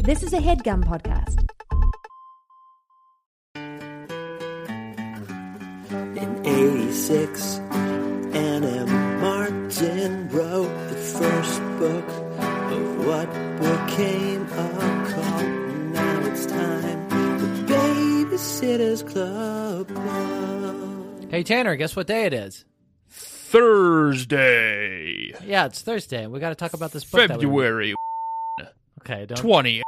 This is a headgum podcast. In 86, Anna Martin wrote the first book of what became a cult. Now it's time, the Babysitter's Club. Hey Tanner, guess what day it is? Thursday, Yeah, it's Thursday. and We got to talk about this book. that we- February okay, don't 20.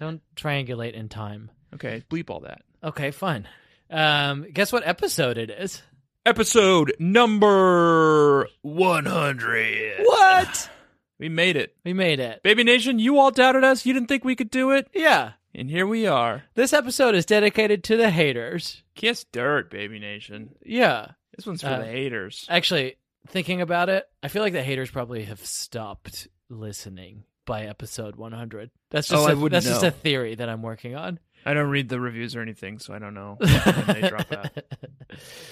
don't triangulate in time. Okay, bleep all that. Okay, fine. Um, guess what episode it is? Episode number 100. What? We made it. We made it. Baby Nation, you all doubted us. You didn't think we could do it. Yeah. And here we are. This episode is dedicated to the haters. Kiss dirt, Baby Nation. Yeah. This one's for Uh, the haters. Actually, thinking about it, I feel like the haters probably have stopped listening by episode 100. That's just Oh, a- I wouldn't that's just know. a theory that I'm working on. I don't read the reviews or anything, so I don't know when they drop out.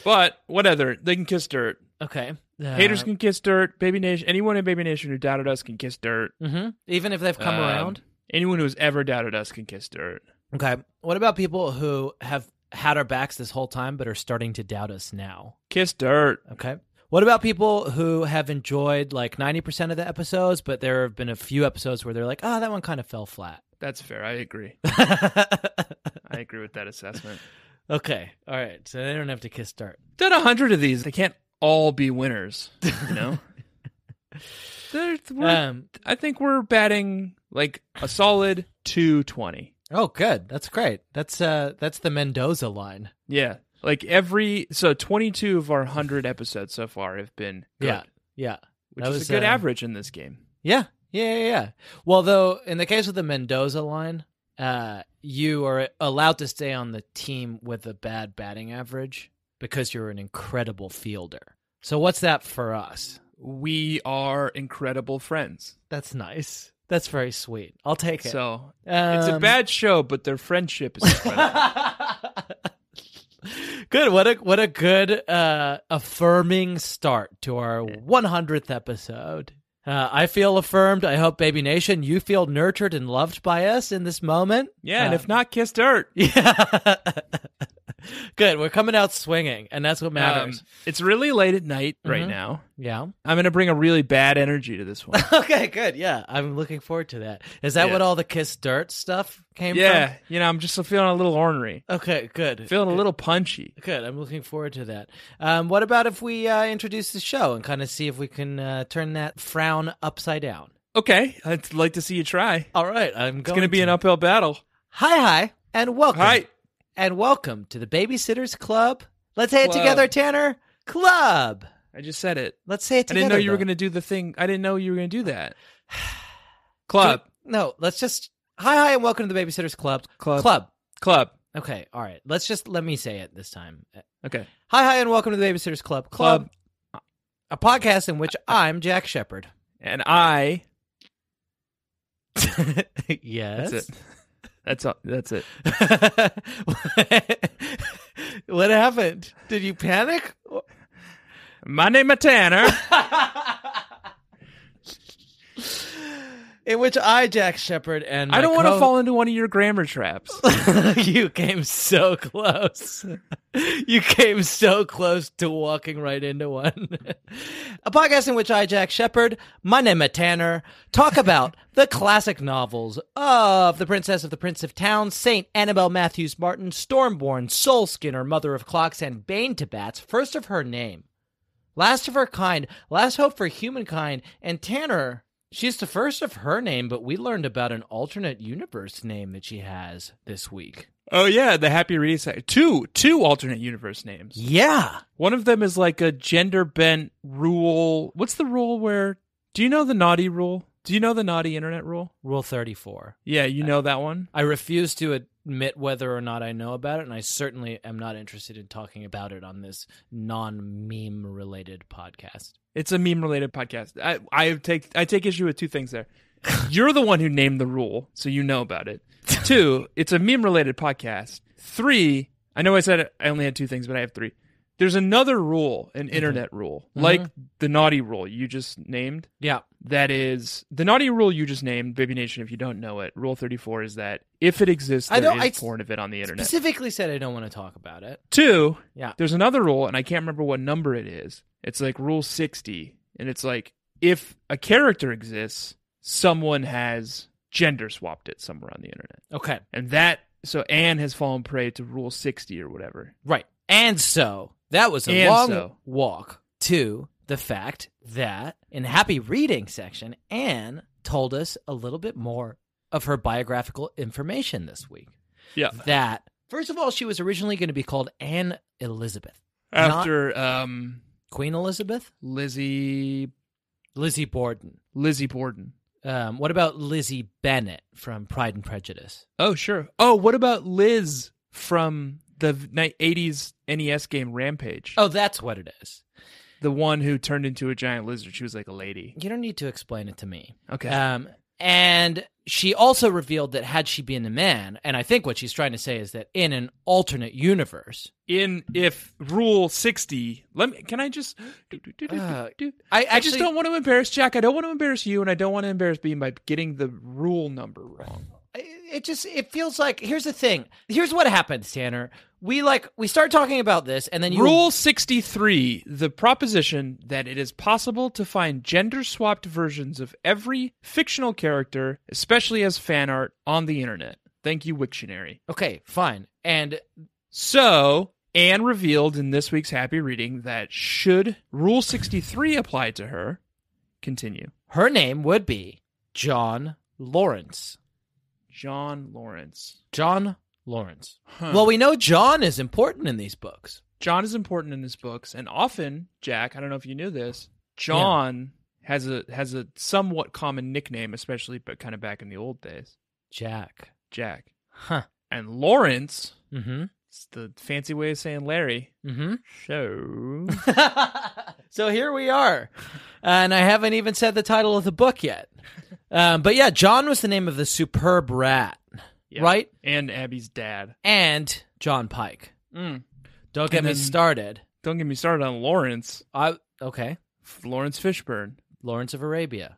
But whatever, they can kiss dirt. okay. Uh, Haters can kiss dirt. Baby Nation, anyone in Baby Nation who doubted us can kiss dirt. Mhm. even if they've come Um, around. Anyone who has ever doubted us can kiss dirt. Okay. What about people who have had our backs this whole time but are starting to doubt us now? Kiss dirt. Okay. What about people who have enjoyed like 90% of the episodes, but there have been a few episodes where they're like, oh, that one kind of fell flat? That's fair. I agree. I agree with that assessment. okay. All right. So they don't have to kiss start. Done a hundred of these. They can't all be winners. You know. They're- we're- Um, I think we're batting like a solid two twenty. oh, good. That's great. That's uh, that's the Mendoza line. Yeah. Like every so twenty two of our hundred episodes so far have been good, Yeah. Yeah. which That is was, a good uh, average in this game. Yeah, yeah, yeah, yeah. Well, though, in the case of the Mendoza line, uh, you are allowed to stay on the team with a bad batting average because you're an incredible fielder. So what's that for us? We are incredible friends. That's nice. That's very sweet. I'll take it. So it's a Um, bad show, but their friendship is incredible. good. What a what a good uh, affirming start to our 100th episode. Uh, I feel affirmed. I hope, Baby Nation, you feel nurtured and loved by us in this moment. yeah, Uh, and if not, kiss dirt. Yeah. Good. We're coming out swinging, and that's what Um, matters. it's really late at night right Mhm. now. yeah. I'm gonna bring a really bad energy to this one. Okay, good. Yeah. I'm looking forward to that. Is that Yeah. what all the Kiss Dirt stuff came yeah, you know, I'm just feeling a little ornery, from? Okay, good. feeling a little punchy. Good. I'm looking forward to that. Um, what about if we uh, introduce the show and kind of see if we can uh, turn that frown upside down? Okay, I'd like to see you try. All right. I'm It's going gonna be an uphill battle. Hi, hi, and welcome. Hi, And welcome to the Babysitters Club. Let's say it Club. together, Tanner. Club. I just said it. Let's say it I together. didn't know you were though. gonna do the thing. I didn't know you were gonna do that. Club, No, let's just hi hi and welcome to the Babysitters Club. Club. Club. club. Okay, all right. Let's just let me say it this time. Uh, Okay, Hi hi and welcome to the Babysitters Club. Club. Club. A podcast in which I'm Jack Shepard. and I. yes. That's it. That's all. That's it. what happened? Did you panic? My name is Tanner. in which I, Jack Shepard, and I my don't want to co- fall into one of your grammar traps. you came so close. you came so close to walking right into one. a podcast in which I, Jack Shepard, my name is Tanner, talk about the classic novels of The Princess of the Prince of Town, Saint Annabel Matthews Martin, Stormborn, Soul Skinner, Mother of Clocks, and Bane to Bats, first of her name, last of her kind, last hope for humankind, and Tanner. She's the first of her name, but we learned about an alternate universe name that she has this week. oh yeah, the Happy Reading Society. Two two alternate universe names. Yeah. One of them is like a gender bent rule. What's the rule where? Do you know the naughty rule? Do you know the naughty internet rule? Rule 34. Yeah, you know that one. I refuse to admit whether or not I know about it, and I certainly am not interested in talking about it on this non meme related podcast. It's a meme related podcast. I, I take I take issue with two things there. You're the one who named the rule, so you know about it. Two, it's a meme related podcast. Three, I know I said I only had two things, but I have three. There's another rule, an internet rule, like the naughty rule you just named. Yeah. That is the naughty rule you just named, Baby Nation. If you don't know it, Rule 34 is that if it exists, I there don't- is I- porn of it on the internet. Specifically said I don't want to talk about it. Two, Yeah. there's another rule, and I can't remember what number it is. It's like rule 60, and it's like if a character exists, someone has gender swapped it somewhere on the internet. Okay. And that, so Anne has fallen prey to rule 60 or whatever. Right. And so that was a And long so. walk to the fact that in Happy Reading section, Anne told us a little bit more of her biographical information this week. Yeah. That, first of all, she was originally going to be called Anne Elizabeth. Not After um, Queen Elizabeth? Lizzie, Lizzie Borden. Lizzie Borden. Um, what about Lizzie Bennett from Pride and Prejudice? Oh, sure. Oh, what about Liz from the ni- 80s NES game Rampage? Oh, that's what it is. The one who turned into a giant lizard. She was like a lady. You don't need to explain it to me. Okay. Um, and she also revealed that had she been a man, and I think what she's trying to say is that in an alternate universe, in if rule 60 let me can i just Uh, I I, I just actually- don't want to embarrass jack i don't want to embarrass you and i don't want to embarrass bean by getting the rule number wrong it it just it feels like here's the thing. Here's what happens, Tanner. We like we start talking about this, and then you rule 63 the proposition that it is possible to find gender swapped versions of every fictional character especially as fan art on the internet thank you wiktionary Okay, fine. And So, Anne revealed in this week's Happy Reading that should Rule 63 apply to her, continue. her name would be John Lawrence. John Lawrence. John Lawrence. Well, we know John is important in these books. John is important in his books, and often, Jack, I don't know if you knew this, John has a has a somewhat common nickname, especially but kind of back in the old days. Jack. Jack. Huh. And Lawrence, Mm-hmm. it's the fancy way of saying Larry. Mm-hmm. So so here we are. And I haven't even said the title of the book yet. Um, but yeah, John was the name of the superb rat, Yeah. right? And Abby's dad. And John Pike. Mm. Don't get And me then- started. Don't get me started on Lawrence. I okay. Lawrence Fishburne. Lawrence of Arabia.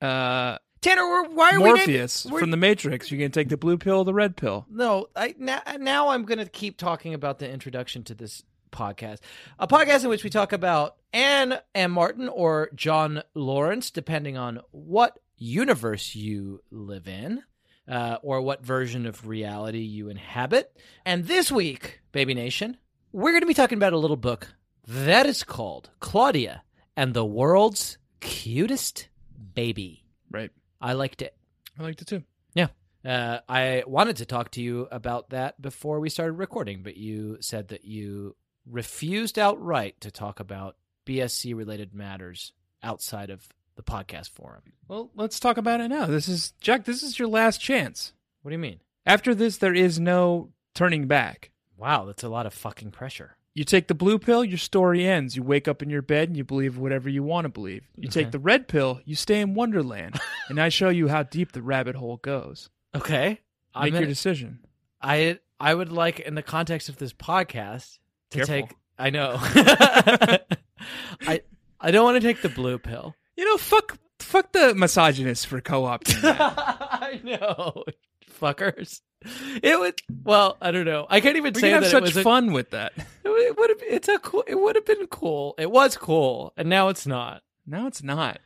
Uh Tanner, we're, why are we naming- Morpheus we're- from the Matrix. You're gonna take the blue pill or the red pill. No, I now, now I'm going to keep talking about the introduction to this podcast. A podcast in which we talk about Anne M. Martin or John Lawrence, depending on what universe you live in uh, or what version of reality you inhabit. And this week, Baby Nation, we're going to be talking about a little book that is called Claudia and the World's Cutest Baby. Right. I liked it. I liked it too. Yeah. Uh, I wanted to talk to you about that before we started recording, but you said that you refused outright to talk about BSC related matters outside of the podcast forum. Well, let's talk about it now. This is Jack. This is your last chance. What do you mean? After this, there is no turning back. Wow, that's a lot of fucking pressure. You take the blue pill, your story ends. You wake up in your bed and you believe whatever you want to believe. You take Okay. the red pill, you stay in Wonderland, and I show you how deep the rabbit hole goes. Okay. Make I'm your in- decision. I I would like in the context of this podcast to Careful. take I know. I I don't want to take the blue pill. You know, fuck fuck the misogynist for co-opting. that. I know, fuckers. It would. Well, I don't know. I can't even we say can have that it such was a- fun with that. it would have. It's a. Cool, it would have been cool. It was cool, and now it's not. No, it's not.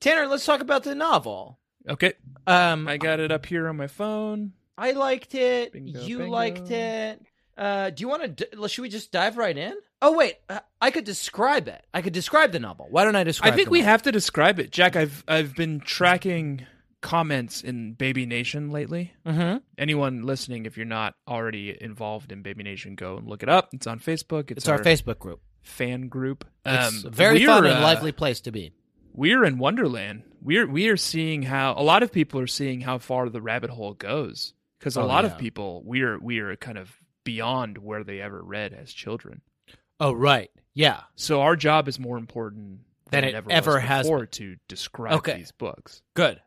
Tanner, let's talk about the novel. Okay, Um, I I, got it up here on my phone. liked it. Bingo, you bingo. liked it. Uh, do you want to? D- should we just dive right in? Oh wait, uh, I could describe it. I could describe the novel. Why don't I describe? I think the we novel? have to describe it, Jack. I've I've been tracking comments in Baby Nation lately. Mhm. Anyone listening, if you're not already involved in Baby Nation, go and look it up. It's on Facebook. It's, It's our Facebook group. fan group. It's a very we're, fun and uh, lively place to be. We're in Wonderland. We're we are seeing how a lot of people are seeing how far the rabbit hole goes because a Oh, lot yeah. of people we're we are kind of beyond where they ever read as children. Oh right, yeah. So our job is more important Than it ever, ever was has before to describe Okay. these books. Good.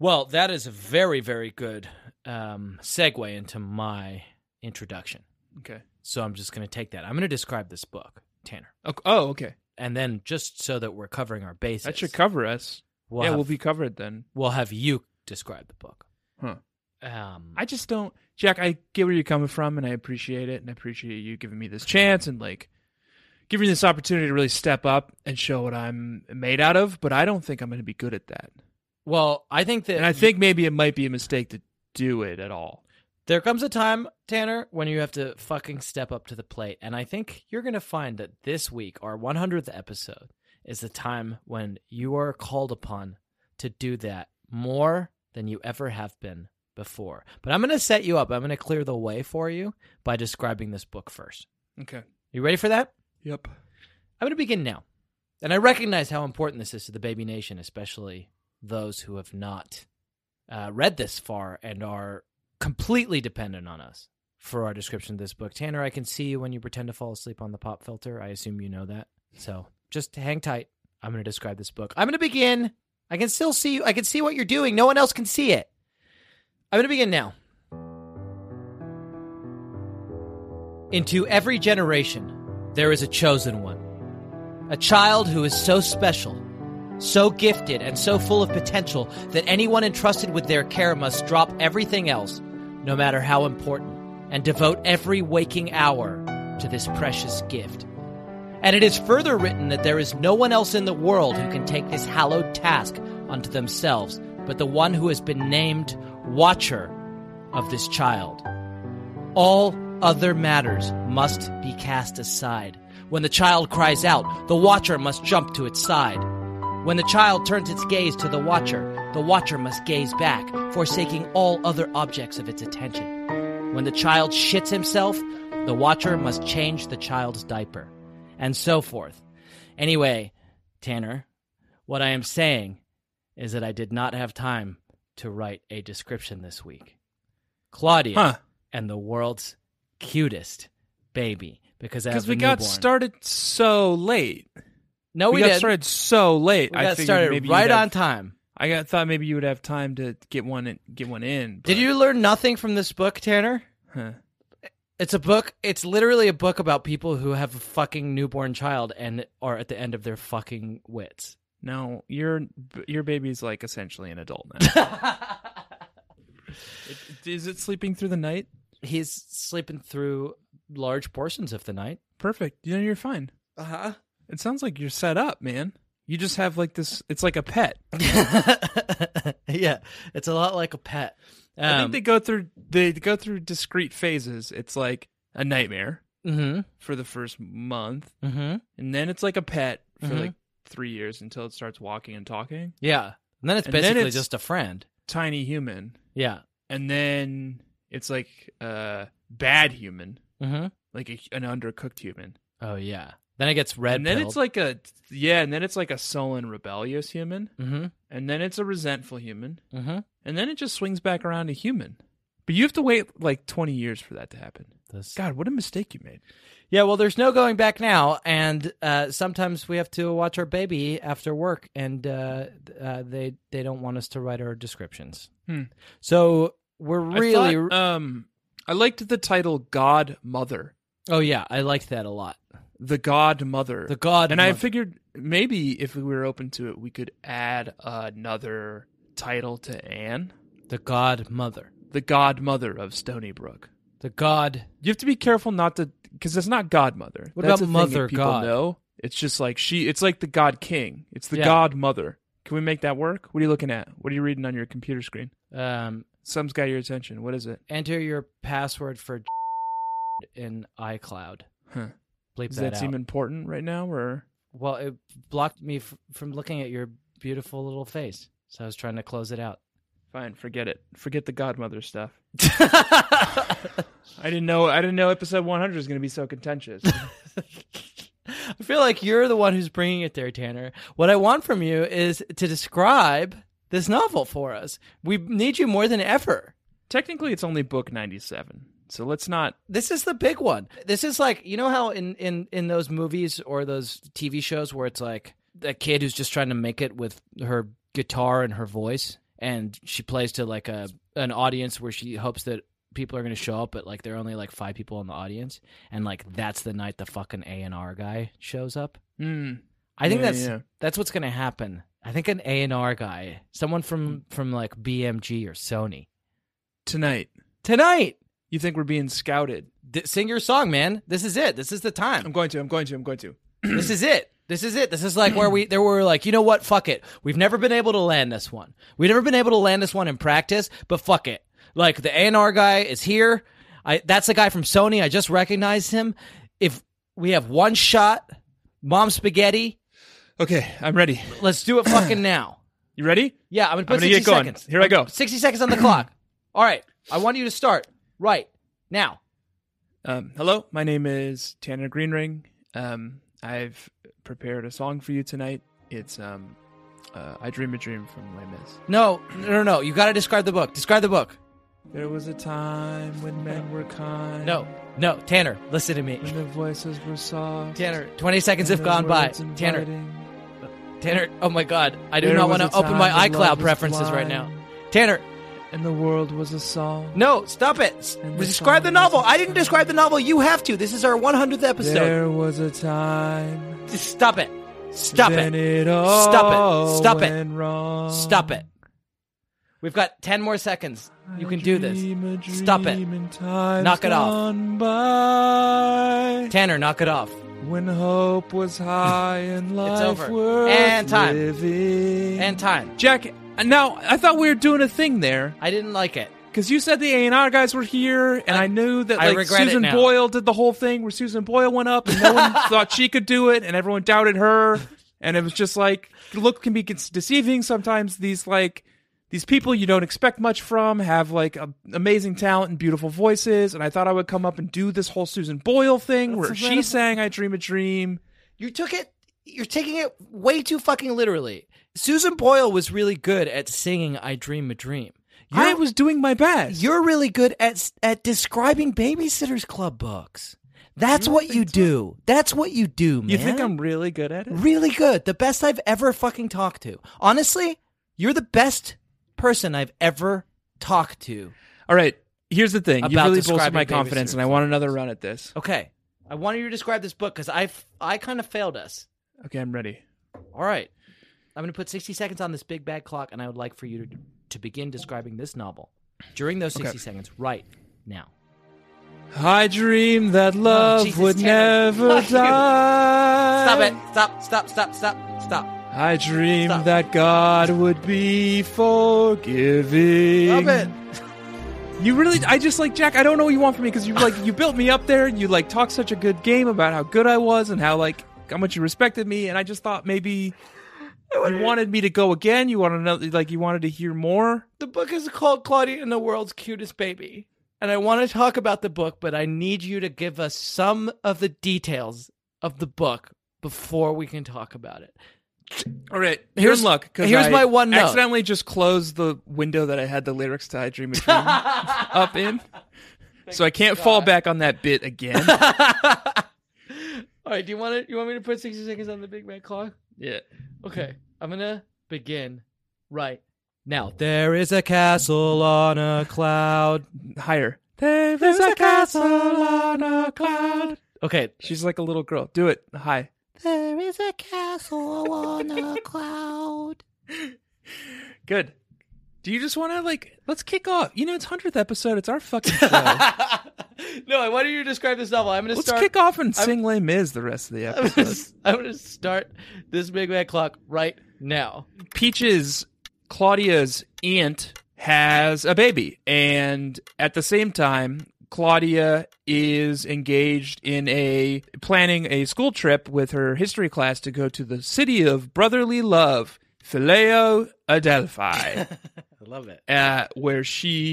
Well, that is a very, very good um, segue into my introduction. Okay. So I'm just going to take that. I'm going to describe this book, Tanner, Oh, oh, okay. and then just so that we're covering our bases, That should cover us. We'll yeah, have, we'll be covered then. we'll have you describe the book. Huh. Um, I just don't, Jack. I get where you're coming from, and I appreciate it, and I appreciate you giving me this chance and like giving me this opportunity to really step up and show what I'm made out of. But I don't think I'm going to be good at that, well, I think that and I think maybe it might be a mistake to do it at all. there comes a time, Tanner, when you have to fucking step up to the plate, and I think you're going to find that this week, our 100th episode, is the time when you are called upon to do that more than you ever have been before. But I'm going to set you up. I'm going to clear the way for you by describing this book first. Okay. You ready for that? Yep. I'm going to begin now. And I recognize how important this is to the baby nation, especially those who have not uh, read this far and are completely dependent on us for our description of this book. Tanner, I can see you when you pretend to fall asleep on the pop filter. I assume you know that. So just hang tight. I'm going to describe this book. I'm going to begin. I can still see you. I can see what you're doing. No one else can see it. I'm going to begin now. Into every generation, there is a chosen one. A child who is so special, so gifted, and so full of potential that anyone entrusted with their care must drop everything else, no matter how important, and devote every waking hour to this precious gift. And it is further written that there is no one else in the world who can take this hallowed task unto themselves but the one who has been named Watcher of this child. All other matters must be cast aside. When the child cries out, the watcher must jump to its side. When the child turns its gaze to the watcher, the watcher must gaze back, forsaking all other objects of its attention. When the child shits himself, the watcher must change the child's diaper, and so forth. Anyway, Tanner, what I am saying is that I did not have time to write a description this week. Claudia Huh. and the world's cutest baby because Because we got started so late. No, Oh, we, we, got did. started so late. we I got figured started maybe right you'd on have- time. I got, thought maybe you would have time to get one in, get one in. Did but- you learn nothing from this book, Tanner? Huh. It's a book. It's literally a book about people who have a fucking newborn child and are at the end of their fucking wits. No, your your baby's like essentially an adult now. It- Is it sleeping through the night? He's sleeping through large portions of the night. Perfect. You know you're fine. Uh huh. It sounds like you're set up, man. You just have like this. It's like a pet. yeah, it's a lot like a pet. I Um, think they go through they go through discrete phases. It's like a nightmare Mm-hmm. for the first month, Mm-hmm. and then it's like a pet for Mhm. like three years until it starts walking and talking. Yeah, and then it's And then basically it's- just a friend. Tiny human, Yeah. and then it's like a bad human, Mm-hmm. like a, an undercooked human. Oh yeah. Then it gets red. and then it's like a yeah, and then it's like a sullen, rebellious human, Mm-hmm. and then it's a resentful human, Mm-hmm. and then it just swings back around to human. But you have to wait like twenty years for that to happen. This... God, what a mistake you made. Yeah. Well, there's no going back now, and uh, sometimes we have to watch our baby after work, and uh, uh, they they don't want us to write our descriptions. Hmm. So we're really. I uh, thought, um, I liked the title "God Mother." oh yeah, I liked that a lot. the godmother. The God and I Mother. figured maybe if we were open to it, we could add another title to Anne, the godmother, the godmother of Stony Brook. the god. You have to be careful not to, because it's not godmother. What That's about a thing that Mother people God? Know. It's just like she. It's like the God King. It's the Yeah. godmother. Can we make that work? What are you looking at? What are you reading on your computer screen? Um, Some's got your attention. What is it? enter your password for in iCloud. Huh. Bleep Does that, that, out. seem important right now? Or well, it blocked me f- from looking at your beautiful little face, so I was trying to close it out. fine, forget it. Forget the godmother stuff. I didn't know. I didn't know episode 100 is going to be so contentious. I feel like you're the one who's bringing it there, Tanner. What I want from you is to describe this novel for us. We need you more than ever. Technically, it's only book 97. So let's not. This is the big one. This is like you know how in in in those movies or those TV shows where it's like the kid who's just trying to make it with her guitar and her voice and she plays to like a an audience where she hopes that people are going to show up but like there are only like 5 people in the audience and like that's the night the fucking A&R guy shows up. Mm, I think Yeah, that's yeah. that's what's gonna happen. I think an A and R guy, someone from from like BMG or Sony tonight, tonight. you think we're being scouted? D- sing your song, man. This is it. This is the I'm time. going to. I'm going to. I'm going to. this is it. This is it. This is like where we there were like, you know what? Fuck it. We've never been able to land this one. We've never been able to land this one in practice, but fuck it. Like the A and R guy is here. I that's the guy from Sony. I just recognized him. If we have one shot, mom spaghetti, Okay, I'm ready. let's do it fucking now. You ready? Yeah, I'm gonna put I'm gonna 60 get going. seconds. Here I go. 60 seconds on the clock. All right. I want you to start right now. Um, hello, my name is Tanner Greenring. Um, I've prepared a song for you tonight. It's um, uh, I Dream a Dream from Les Mis. No, no, no, no. You gotta describe the book. Describe the book. There was a time when men were kind. No, no, Tanner, listen to me. When their voices were soft. Tanner, 20 seconds and have their gone by. words Tanner, inviting. Tanner, oh my god. I do There not was want a to open time my when iCloud love was preferences right now. blind. Tanner, And the world was a song. no, stop it. S- And the Describe the song novel. was- I didn't describe the novel. You have to. This is our 100th episode. There was a time. Just Stop it. Stop then it. it. Stop it. all Stop it. went Wrong. Stop it. We've got 10 more seconds. You I can do dream this. a Stop it. dream in times Knock it off. gone by. Tanner, knock it off. When hope was high and life over. worth And time. living. And time. uh, Jack, now I thought we were doing a thing there I didn't like it. because you said the A and R guys were here, and I, I- knew that I like regret it Susan now. Boyle did the whole thing where Susan Boyle went up and no one thought she could do it, and everyone doubted her, and it was just like look can be gets deceiving sometimes. These like these people you don't expect much from have like a, amazing talent and beautiful voices, and I thought I would come up and do this whole Susan Boyle thing where That's she incredible. sang "I Dream a Dream." You took it. You're taking it way too fucking literally. Susan Boyle was really good at singing "I Dream a Dream." You're, I was doing my best. You're really good at s- at describing Babysitters Club books. That's what you do. That's what you do, man. you think I'm really good at it? really good? The best I've ever fucking talked to. Honestly, you're the best person I've ever talked to. All right. Here's the thing. You About really bolstered describing my babysitters. confidence, and I want another run at this. Okay, I wanted you to describe this book because I f- I kind of failed us. Okay, I'm ready. All right. I'm going to put 60 seconds on this big bad clock, and I would like for you to, to begin describing this novel during those 60 Okay. seconds right now. I dreamed that love Oh, Jesus, would Tanner. never Fuck you. die. Stop it. Stop, stop, stop, stop, stop. I dreamed Stop. that God would be forgiving. Stop it. You really, I just like Jack. I don't know what you want from me because you like you built me up there. and You like talked such a good game about how good I was and how like how much you respected me, and I just thought maybe you wanted me to go again. You wanted another, like you wanted to hear more. The book is called Claudia and the World's Cutest Baby. And I want to talk about the book, but I need you to give us some of the details of the book before we can talk about it. All right, Here's- here's luck. 'cause here's I my one note. Accidentally just closed the window that I had the lyrics to "I Dream a Dream" up in, so I can't fall back on that bit again. All right, do you want to, you want me to put 60 seconds on the big bad clock? yeah. Okay, I'm gonna begin right now. There is a castle on a cloud. Higher. There is a castle on a cloud. Okay. She's like a little girl. Do it. Hi. There is a castle on a cloud. Good. Do you just want to like let's kick off? You know, it's hundredth episode. It's our fucking show. let's no, I want you to describe this novel. I'm going to start. kick off and sing Les Mis the rest of the I'm gonna episode. s- I'm going to start this Big Bad Clock right now. Peaches, Claudia's aunt, has a baby. And at the same time, Claudia is engaged in a planning a school trip with her history class to go to the city of brotherly love, Phileo Adelphi. I love it. uh, where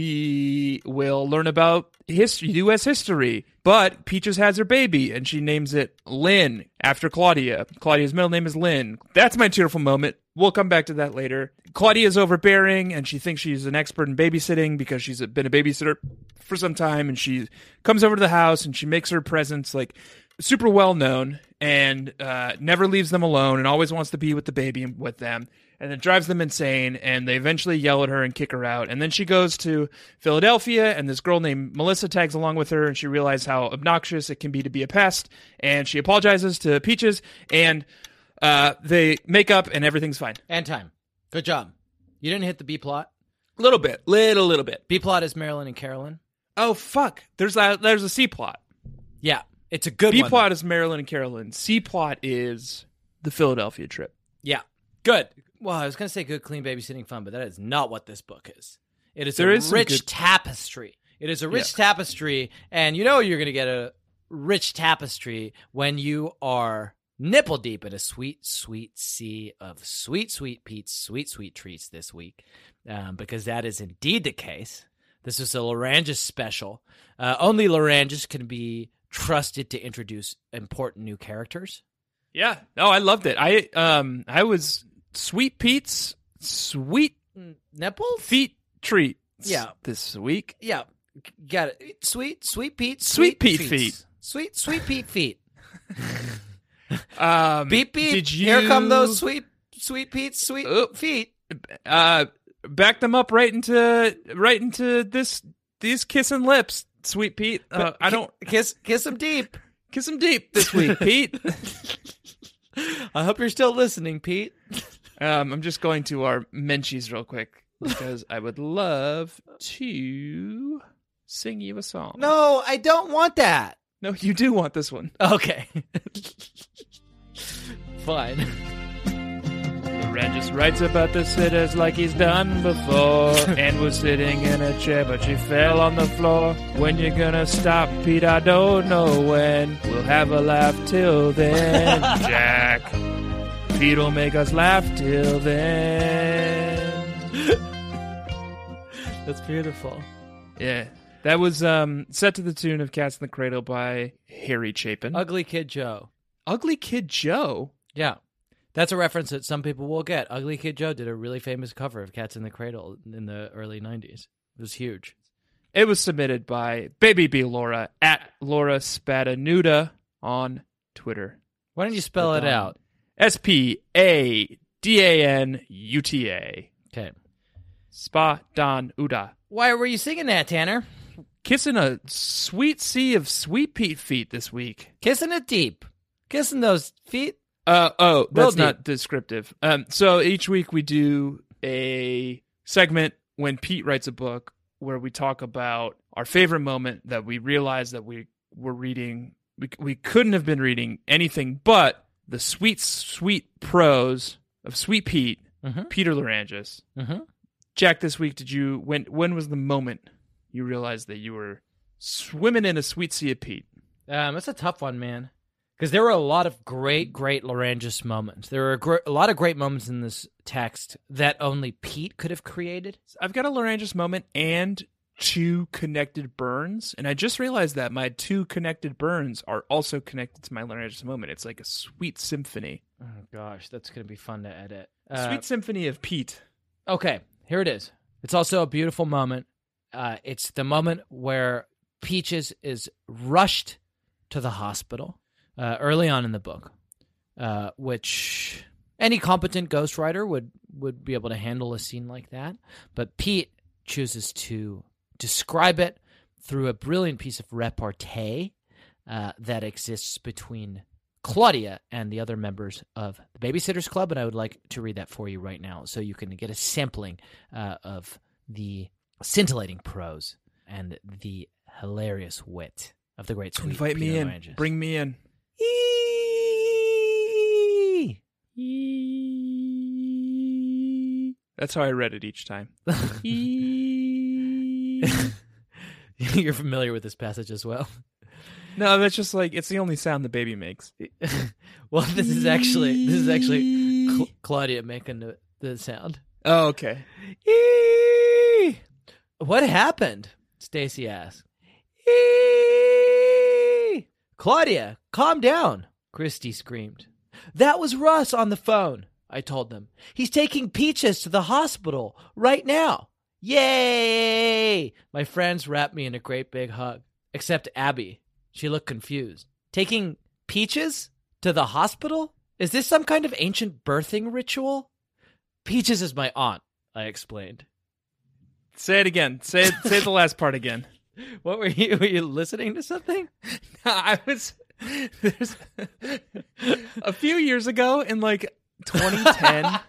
she will learn about history, U.S. history. But Peaches has her baby, and she names it Lynn after Claudia. Claudia's middle name is Lynn. That's my tearful moment. We'll come back to that later. Claudia's overbearing, and she thinks she's an expert in babysitting because she's been a babysitter for some time. And she comes over to the house, and she makes her presence like super well known, and uh, never leaves them alone, and always wants to be with the baby and with them and it drives them insane and they eventually yell at her and kick her out and then she goes to philadelphia and this girl named melissa tags along with her and she realizes how obnoxious it can be to be a pest and she apologizes to peaches and uh, they make up and everything's fine And time. Good job. You didn't hit the B plot. little bit little little bit B plot is Marilyn and Carolyn. oh fuck there's a there's a c plot Yeah, it's a good b one. plot is maryland and carolyn c plot is the philadelphia trip Yeah, good. Well, I was gonna say good, clean babysitting fun, but that is not what this book is. It is There a is some rich good- tapestry. It is a rich tapestry, and you know you're gonna get a rich tapestry when you are nipple deep in a sweet, sweet sea of sweet, sweet Pete's sweet, sweet treats this week, um, because that is indeed the case. This is a Larangis special. Uh, only Larangis can be trusted to introduce important new characters. yeah no Oh, i loved it i um i was sweet pete's sweet Nipples? feet treats Yeah. this week. Yeah, g- got it. Sweet, sweet Pete, Sweet Pete treats. feet. Sweet, sweet Pete feet. Um, Beep beep. Did you, Here come those sweet, sweet Pete, sweet Oh. feet. Uh, back them up right into right into this these kissing lips, sweet Pete. Uh, I don't kiss, kiss them deep. kiss them deep this week, Pete. I hope you're still listening, Pete. um, I'm just going to our Menchies real quick because I would love to sing you a song. No, I don't want that. no, you do want this one. Okay. Fine. Regis writes about the sitters like he's done before. and was sitting in a chair, but she fell on the floor. When you're gonna stop, Pete? I don't know when. We'll have a laugh till then, Jack. Pete'll make us laugh till then. That's beautiful. Yeah. That was um, set to the tune of Cats in the Cradle by Harry Chapin. Ugly Kid Joe. Ugly Kid Joe? Yeah. That's a reference that some people will get. Ugly Kid Joe did a really famous cover of Cats in the Cradle in the early 90s. It was huge. It was submitted by Baby B Laura at Laura Spadanuda on Twitter. Why don't you spell it Dawn. out? S P A D A N U T A. Okay. Spa Don Uda. Why were you singing that, Tanner? Kissing a sweet sea of sweet Pete feet this week. Kissing it deep. Kissing those feet. Uh oh, that's deep. not descriptive. Um so each week we do a segment when Pete writes a book where we talk about our favorite moment that we realized that we were reading we, we couldn't have been reading anything but the sweet sweet prose of Sweet Pete, Mhm. Peter Larangis. Mm-hmm. Jack, this week, did you when when was the moment you realized that you were swimming in a sweet sea of Pete? Um, that's a tough one, man. Because there were a lot of great, great Larangis moments. There were a, gr- a lot of great moments in this text that only Pete could have created. I've got a laryngeus moment and two connected burns, and I just realized that my two connected burns are also connected to my laryngeus moment. It's like a sweet symphony, Oh gosh, that's gonna be fun to edit. A Uh, sweet symphony of Pete. Okay, here it is. It's also a beautiful moment. Uh, it's the moment where Peaches is rushed to the hospital uh, early on in the book, uh, which any competent ghostwriter would would be able to handle a scene like that. But Pete chooses to describe it through a brilliant piece of repartee uh, that exists between Claudia and the other members of the Babysitters Club. And I would like to read that for you right now so you can get a sampling uh, of the scintillating prose and the hilarious wit of the great sweet Invite me Pino in. Ranges. Bring me in. Eee! That's how I read it each time. You're familiar with this passage as well. No, that's just like it's the only sound the baby makes. well, this is actually this is actually Cl- Claudia making the, the sound. Oh, okay. What happened? Stacy asked. "Ee!" Claudia, calm down, Christy screamed. That was Russ on the phone, I told them. He's taking Peaches to the hospital right now. Yay! My friends wrapped me in a great big hug, except Abby. She looked confused. Taking Peaches to the hospital? Is this some kind of ancient birthing ritual? Peaches is my aunt, I explained. Say it again. Say it, say the last part again. What were you? Were you listening to something? I was there's a few years ago in like 2010,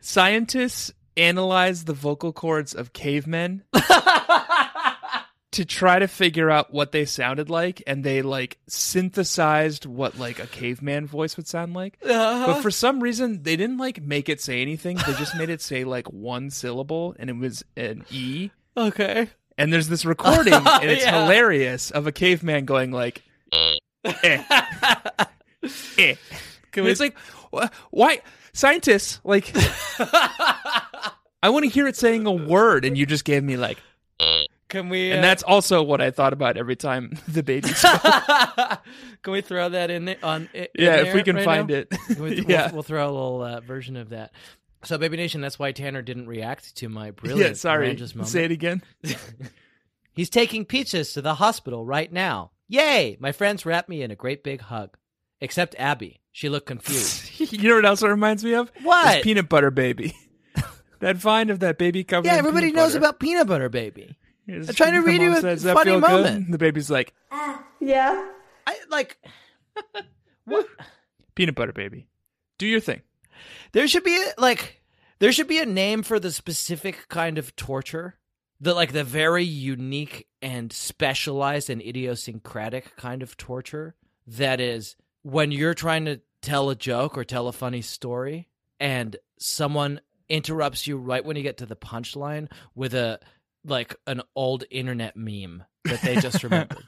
scientists analyzed the vocal cords of cavemen to try to figure out what they sounded like, and they like synthesized what like a caveman voice would sound like. But for some reason, they didn't like make it say anything. They just made it say like one syllable, and it was an e. Okay. And there's this recording, and it's Yeah. hilarious of a caveman going like, eh, eh. And it's like, wh- why scientists like? I want to hear it saying a word, and you just gave me like, Can we? and that's also what I thought about every time the baby. spoke. that's. can we throw that in it- on? i- in yeah, if there we can right find now? it. Can we- we'll- yeah. we'll, throw a little uh, version of that. So, Baby Nation, that's why Tanner didn't react to my brilliant. yeah, sorry. Oranges moment. Say it again. He's taking Peaches to the hospital right now. Yay! My friends wrapped me in a great big hug, except Abby. She looked confused. you know what else it reminds me of? What? It's peanut butter baby. that vine of that baby covered. yeah, in everybody peanut knows butter. about Peanut Butter Baby. Is- I'm trying to her read you mom a says, "Does that funny feel good?" moment. And the baby's like Yeah. I like. peanut butter baby. Do your thing. There should be a, like there should be a name for the specific kind of torture, the like the very unique and specialized and idiosyncratic kind of torture that is when you're trying to tell a joke or tell a funny story and someone interrupts you right when you get to the punchline with a like an old internet meme that they just remembered.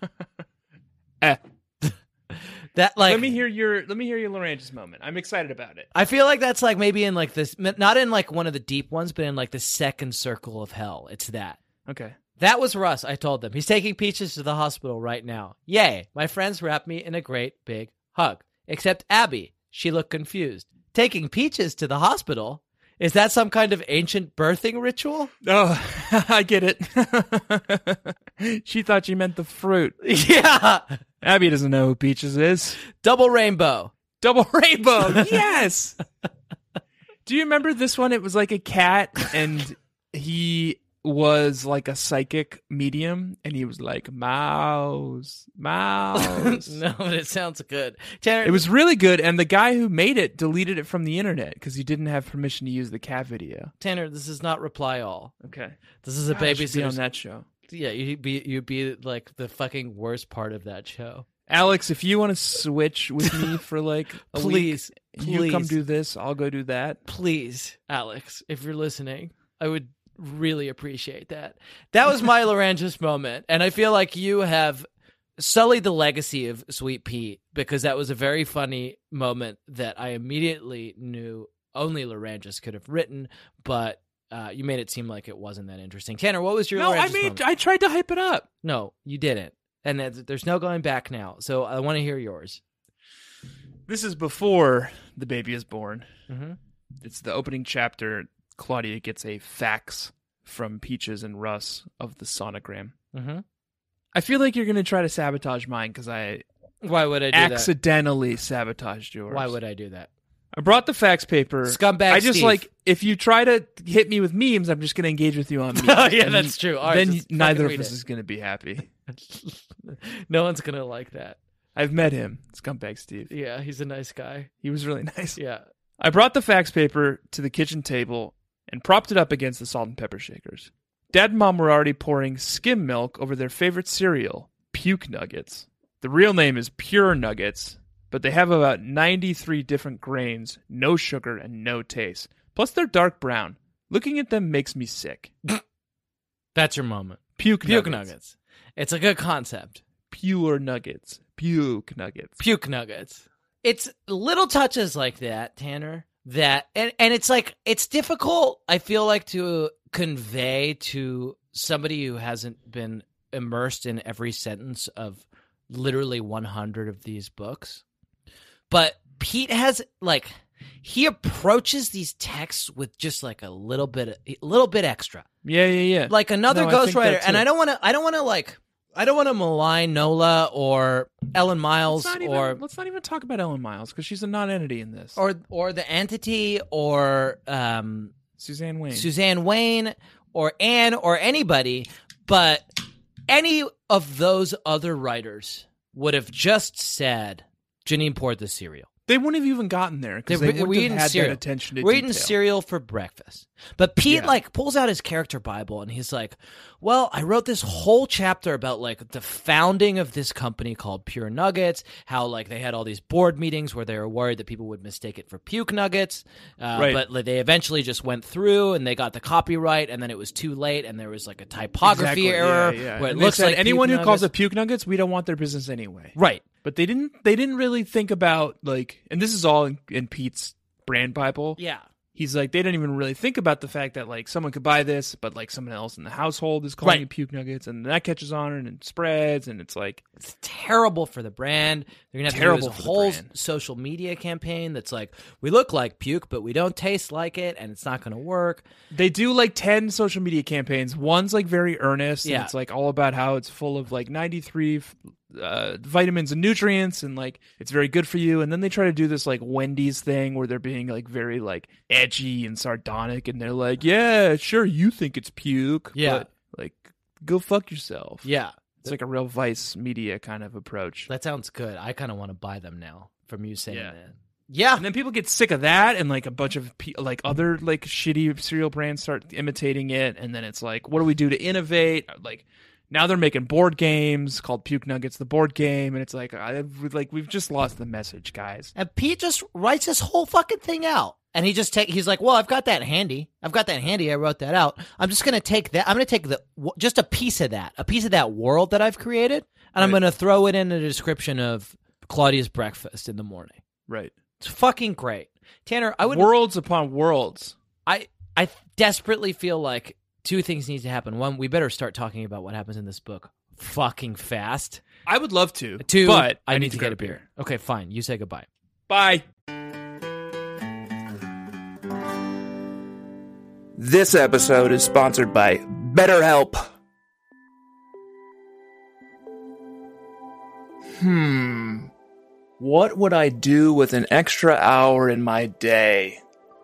Eh. that like let me hear your let me hear your Larangis moment. I'm excited about it. I feel like that's like maybe in like this, not in like one of the deep ones, but in like the second circle of hell. It's that. Okay. That was Russ, I told them. He's taking Peaches to the hospital right now. Yay. My friends wrapped me in a great big hug. Except Abby. She looked confused. Taking Peaches to the hospital? Is that some kind of ancient birthing ritual? Oh, I get it. she thought you meant the fruit. yeah. Abby doesn't know who Peaches is. Double rainbow. Double rainbow. Oh, yes. Do you remember this one? It was like a cat, and he was like a psychic medium, and he was like mouse, mouse. no, but it sounds good. Tanner, It was really good, and the guy who made it deleted it from the internet because he didn't have permission to use the cat video. Tanner, this is not reply all. Okay, This is a God, I should be babysitter's on that show. Yeah, you'd be you'd be like the fucking worst part of that show. Alex, if you want to switch with me for like a Please, week, you come please. do this. I'll go do that. Please, Alex, if you're listening, I would really appreciate that. That was my Larangis moment, and I feel like you have sullied the legacy of Sweet Pea because that was a very funny moment that I immediately knew only Larangis could have written, but uh, you made it seem like it wasn't that interesting. Tanner, what was your no, I Larangis made. moment? I tried to hype it up. No, you didn't, and that- there's no going back now. So I want to hear yours. This is before the baby is born. Mm-hmm. It's the opening chapter. Claudia gets a fax from Peaches and Russ of the sonogram. Mm-hmm. I feel like you're going to try to sabotage mine because I Why would I do that? accidentally sabotaged yours. Why would I do that? I brought the fax paper. Scumbag I just Steve. like if you try to hit me with memes, I'm just going to engage with you on memes. Oh, yeah, And that's true. All right, then just neither fucking of read us it. is going to be happy. no one's gonna like that. I've met him, scumbag Steve. Yeah, he's a nice guy. He was really nice. Yeah. I brought the fax paper to the kitchen table and propped it up against the salt and pepper shakers. Dad and Mom were already pouring skim milk over their favorite cereal, puke nuggets. The real name is pure nuggets, but they have about 93 different grains, no sugar, and no taste. Plus, they're dark brown. Looking at them makes me sick. That's your moment. Puke, Puke nuggets. nuggets. It's a good concept. Pure nuggets. Puke nuggets. Puke nuggets. It's little touches like that, Tanner. That and and it's like it's difficult. I feel like to convey to somebody who hasn't been immersed in every sentence of literally 100 of these books. But Pete has like he approaches these texts with just like a little bit a little bit extra. Yeah, yeah, yeah. like another No, I think ghostwriter that and too. i don't want to i don't want to like i don't want to malign nola or ellen let's miles not, even, or let's not even talk about Ellen Miles because she's a non-entity in this. or or the entity or um Suzanne Wayne. suzanne wayne or anne or anybody but any of those other writers would have just said janine poured the cereal They wouldn't have even gotten there because they, They're- wouldn't we're have eating had cereal. that attention to We're detail. eating cereal for breakfast. But Pete Yeah. like pulls out his character Bible and he's like, "Well, I wrote this whole chapter about like the founding of this company called Pure Nuggets. How like they had all these board meetings where they were worried that people would mistake it for puke nuggets, uh, Right. but like, they eventually just went through and they got the copyright, and then it was too late, and there was like a typography Exactly, error yeah, yeah. where it And they looks said, like anyone who puke calls it nuggets." puke nuggets, we don't want their business anyway. right." But they didn't. They didn't really think about like, and this is all in, in Pete's brand bible. Yeah. He's like, they didn't even really think about the fact that like someone could buy this, but like someone else in the household is calling Right. it puke nuggets, and that catches on and it spreads, and it's like, it's terrible for the brand. They're gonna have Terrible to do for this the whole brand. social media campaign that's like, we look like puke, but we don't taste like it, and it's not gonna work. They do like 10 social media campaigns. One's like very earnest. And Yeah. it's like all about how it's full of like 93 f- uh, vitamins and nutrients and like it's very good for you. And then they try to do this like Wendy's thing where they're being like very like edgy and sardonic. And they're like, yeah, sure, you think it's puke. Yeah. But like go fuck yourself. Yeah, It's like a real vice media kind of approach. that sounds good. I kind of want to buy them now from you saying Yeah. that. Yeah, And then people get sick of that, and like a bunch of pe- like other like shitty cereal brands start imitating it, and then it's like, what do we do to innovate? Like now they're making board games called Puke Nuggets, the board game, and it's like, I, like we've just lost the message, guys. and Pete just writes this whole fucking thing out. And he just take he's like, well, I've got that handy. I've got that handy. I wrote that out. I'm just gonna take that. I'm gonna take the wh- just a piece of that, a piece of that world that I've created, and I'm Right. gonna throw it in the description of Claudia's breakfast in the morning. Right? It's fucking great. Tanner, I would Worlds upon worlds. I I desperately feel like two things need to happen. One, we better start talking about what happens in this book fucking fast. I would love to, Two, but I, need, to get a beer. Okay, fine. You say goodbye. Bye. This episode is sponsored by BetterHelp. Hmm. What would I do with an extra hour in my day?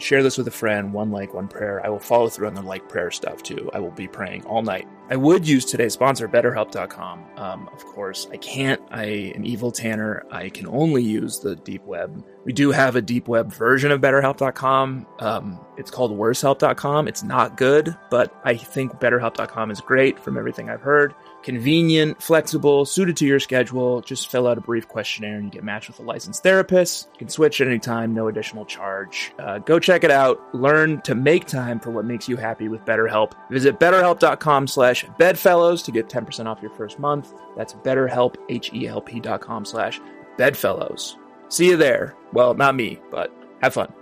Share this with a friend, one like, one prayer. I will follow through on the like prayer stuff too. I will be praying all night. I would use today's sponsor, BetterHelp.com. Um, of course, I can't. I am evil Tanner. I can only use the deep web. We do have a deep web version of BetterHelp.com. Um, it's called WorseHelp.com. It's not good, but I think BetterHelp.com is great from everything I've heard. Convenient, flexible, suited to your schedule. Just fill out a brief brief questionnaire and you get matched with a licensed therapist. You can switch at any time, no additional charge. Uh, go check it out. Learn to make time for what makes you happy with BetterHelp. Visit betterhelp.com slash bedfellows to get 10% off your first month. That's betterhelp, H-E-L-P dot com slash bedfellows. See you there. Well, not me, but have fun.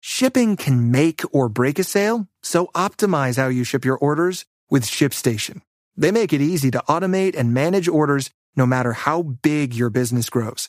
Shipping can make or break a sale, so optimize how you ship your orders with ShipStation. They make it easy to automate and manage orders no matter how big your business grows.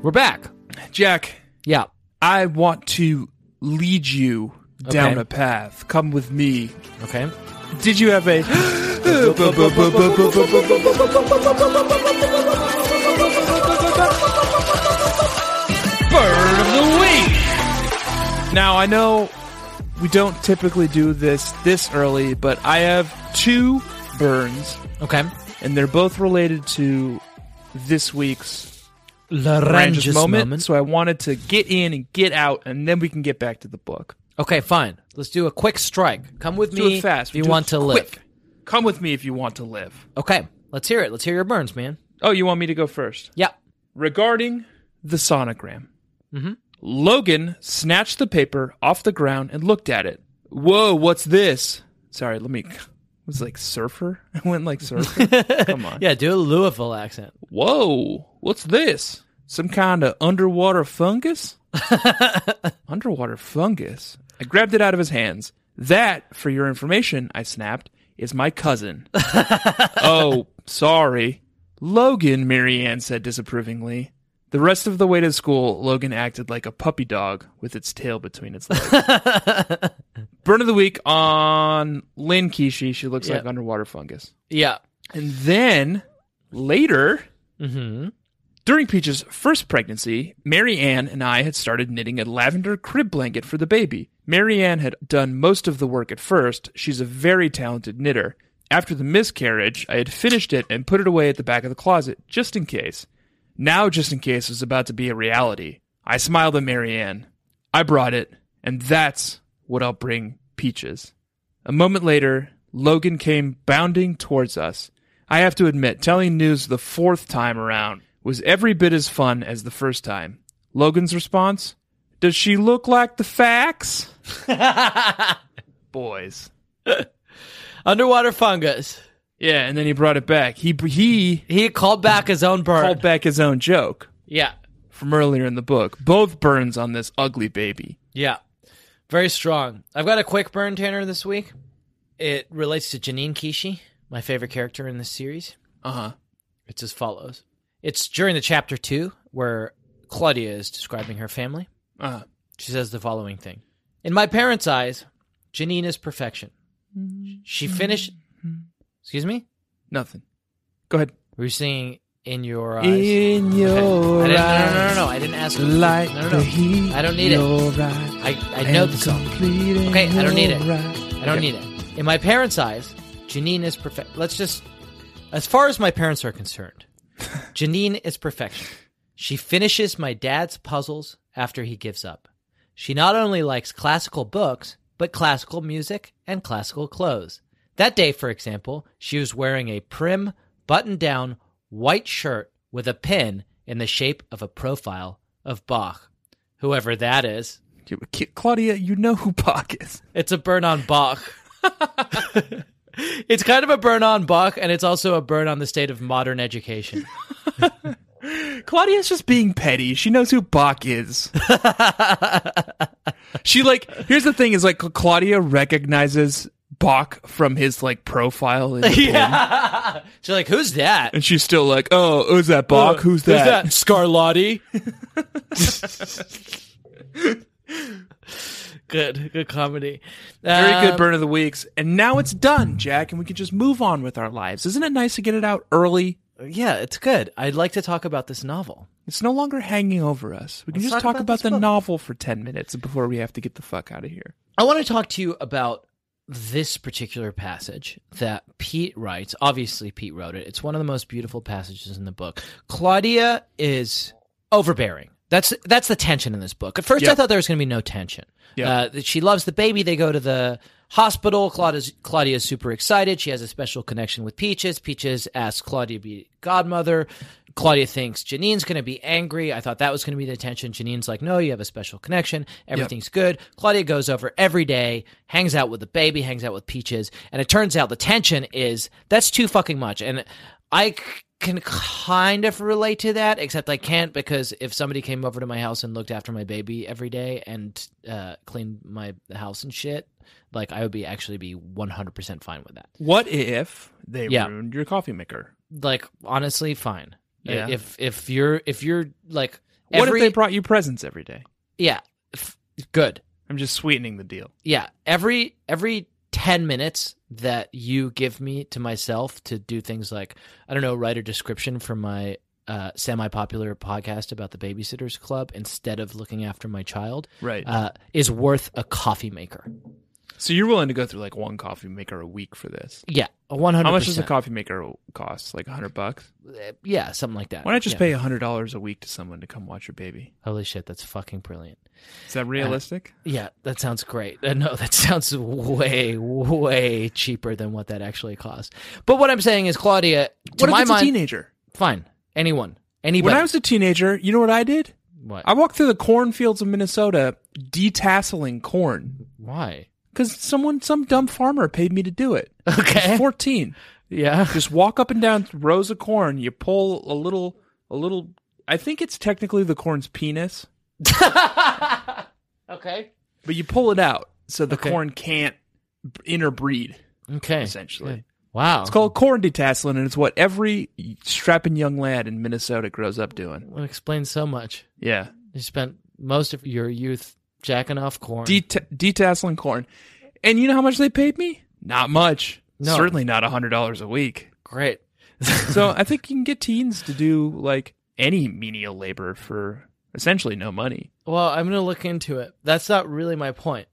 We're back. Jack, Yeah. I want to lead you down Okay. a path. Come with me. Okay. Did you have a bird of the week? Now I know we don't typically do this this early, but I have two burns, Okay. and they're both related to this week's Laryngeus Range's moment, moment. So I wanted to get in and get out, and then we can get back to the book. Okay, fine. Let's do a quick strike. Come with Do me it fast. if you Do it want to quick. live. Come with me if you want to live. Okay. Let's hear it. Let's hear your burns, man. Oh, you want me to go first? Yeah. Regarding the sonogram, Logan snatched the paper off the ground and looked at it. Whoa, what's this? Sorry, let me. It was like surfer. I went like surfer. Come on. Yeah, do a Louisville accent. Whoa, what's this? Some kind of underwater fungus? underwater fungus? I grabbed it out of his hands. That, for your information, I snapped, is my cousin. oh, sorry. Logan, Marianne said disapprovingly. The rest of the way to school, Logan acted like a puppy dog with its tail between its legs. Burn of the week on Lynn Kishi. She looks Yeah. like underwater fungus. Yeah. And then later, Mm-hmm. during Peach's first pregnancy, Mary Ann and I had started knitting a lavender crib blanket for the baby. Mary Ann had done most of the work at first. She's a very talented knitter. After the miscarriage, I had finished it and put it away at the back of the closet, just in case. Now, just in case, was about to be a reality. I smiled at Mary Ann. I brought it, and that's what I'll bring Peaches. A moment later, Logan came bounding towards us. I have to admit, telling news the fourth time around was every bit as fun as the first time. Logan's response Does she look like the facts? Boys. Underwater fungus. Yeah, and then he brought it back. He, he He called back his own burn. called back his own joke Yeah. from earlier in the book. Both burns on this ugly baby. Yeah. Very strong. I've got a quick burn tanner this week. It relates to Janine Kishi, my favorite character in this series. Uh huh. It's as follows. It's during the chapter two where Claudia is describing her family. Uh huh. She says the following thing In my parents' eyes, Janine is perfection. She finished. Excuse me? Nothing. Go ahead. Were you singing in your eyes? In your I didn't, no, eyes. no, no, no, no. I didn't ask. Like no, no, no. the heat I don't need it. in your I, eyes I know and the song. complete in Okay, I don't need it. your I don't Okay. need it. In my parents' eyes, Janine is perfect. Let's just, as far as my parents are concerned, Janine is perfection. She finishes my dad's puzzles after he gives up. She not only likes classical books, but classical music and classical clothes. That day, for example, she was wearing a prim, button down, white shirt with a pin in the shape of a profile of Bach, whoever that is. You- Ki- Claudia, you know who Bach is. It's a burn on Bach. it's kind of a burn on Bach, and it's also a burn on the state of modern education. Claudia's just being petty. She knows who Bach is. She like here's the thing is like Claudia recognizes Bach from his like profile in the pin. yeah. She's like, who's that? and she's still like, "Oh, who's that Bach? who's that?" Scarlatti. good, good comedy. Very Um, good burn of the weeks. And now it's done, Jack, and we can just move on with our lives. Isn't it nice to get it out early? Yeah, it's good. I'd like to talk about this novel. It's no longer hanging over us. We can Let's just talk talk, about about, this the book. novel for 10 minutes before we have to get the fuck out of here. I want to talk to you about this particular passage that Pete writes. Obviously, Pete wrote it. It's one of the most beautiful passages in the book. Claudia is overbearing. That's that's the tension in this book. At first, I Yeah. thought there was going to be no tension. Yeah. Uh, that she loves the baby. They go to the hospital. Claudia's, Claudia's super excited. She has a special connection with Peaches. Peaches asks Claudia to be godmother. Claudia thinks Janine's going to be angry. I thought that was going to be the tension. Janine's like, no, you have a special connection. Everything's good. Claudia goes over every day, hangs out with the baby, hangs out with Peaches. And it turns out the tension is that's too fucking much. And I c- can kind of relate to that, except I can't because if somebody came over to my house and looked after my baby every day and uh, cleaned my house and shit, like I would be actually be 100% fine with that. What if they Yeah. ruined your coffee maker? Like honestly, fine. Uh, Yeah. If if you're if you're like What every- if they brought you presents every day? yeah, f- good. I'm just sweetening the deal. yeah every every 10 minutes that you give me to myself to do things like i don't know write a description for my uh, semi-popular podcast about the babysitters club instead of looking after my child Right. uh, is worth a coffee maker so you're willing to go through like one coffee maker a week for this? yeah a 100 How much does a coffee maker cost? Like 100 bucks? yeah something like that Why not just Yeah. pay $100 a week to someone to come watch your baby? holy shit that's fucking brilliant Is that realistic? yeah that sounds great Uh, no that sounds way way cheaper than what that actually costs but what i'm saying is claudia to what if my it's mind a teenager? fine anyone When anybody I was a teenager, you know what I did? What? I walked through the cornfields of Minnesota detasseling corn Why? because someone, some dumb farmer, paid me to do it. I was Okay. fourteen. yeah. Just walk up and down rows of corn. You pull a little, a little. I think it's technically the corn's penis, okay. but you pull it out so the Okay. corn can't b- interbreed. Okay. Essentially. Yeah. Wow. It's called corn detasseling, and it's what every strapping young lad in Minnesota grows up doing. It explains so much. Yeah. You spent most of your youth jacking off corn. Det- detasseling corn. And you know how much they paid me? Not much. No. Certainly not a hundred dollars a week. Great. so I think you can get teens to do like any menial labor for essentially no money. Well, I'm going to look into it. That's not really my point.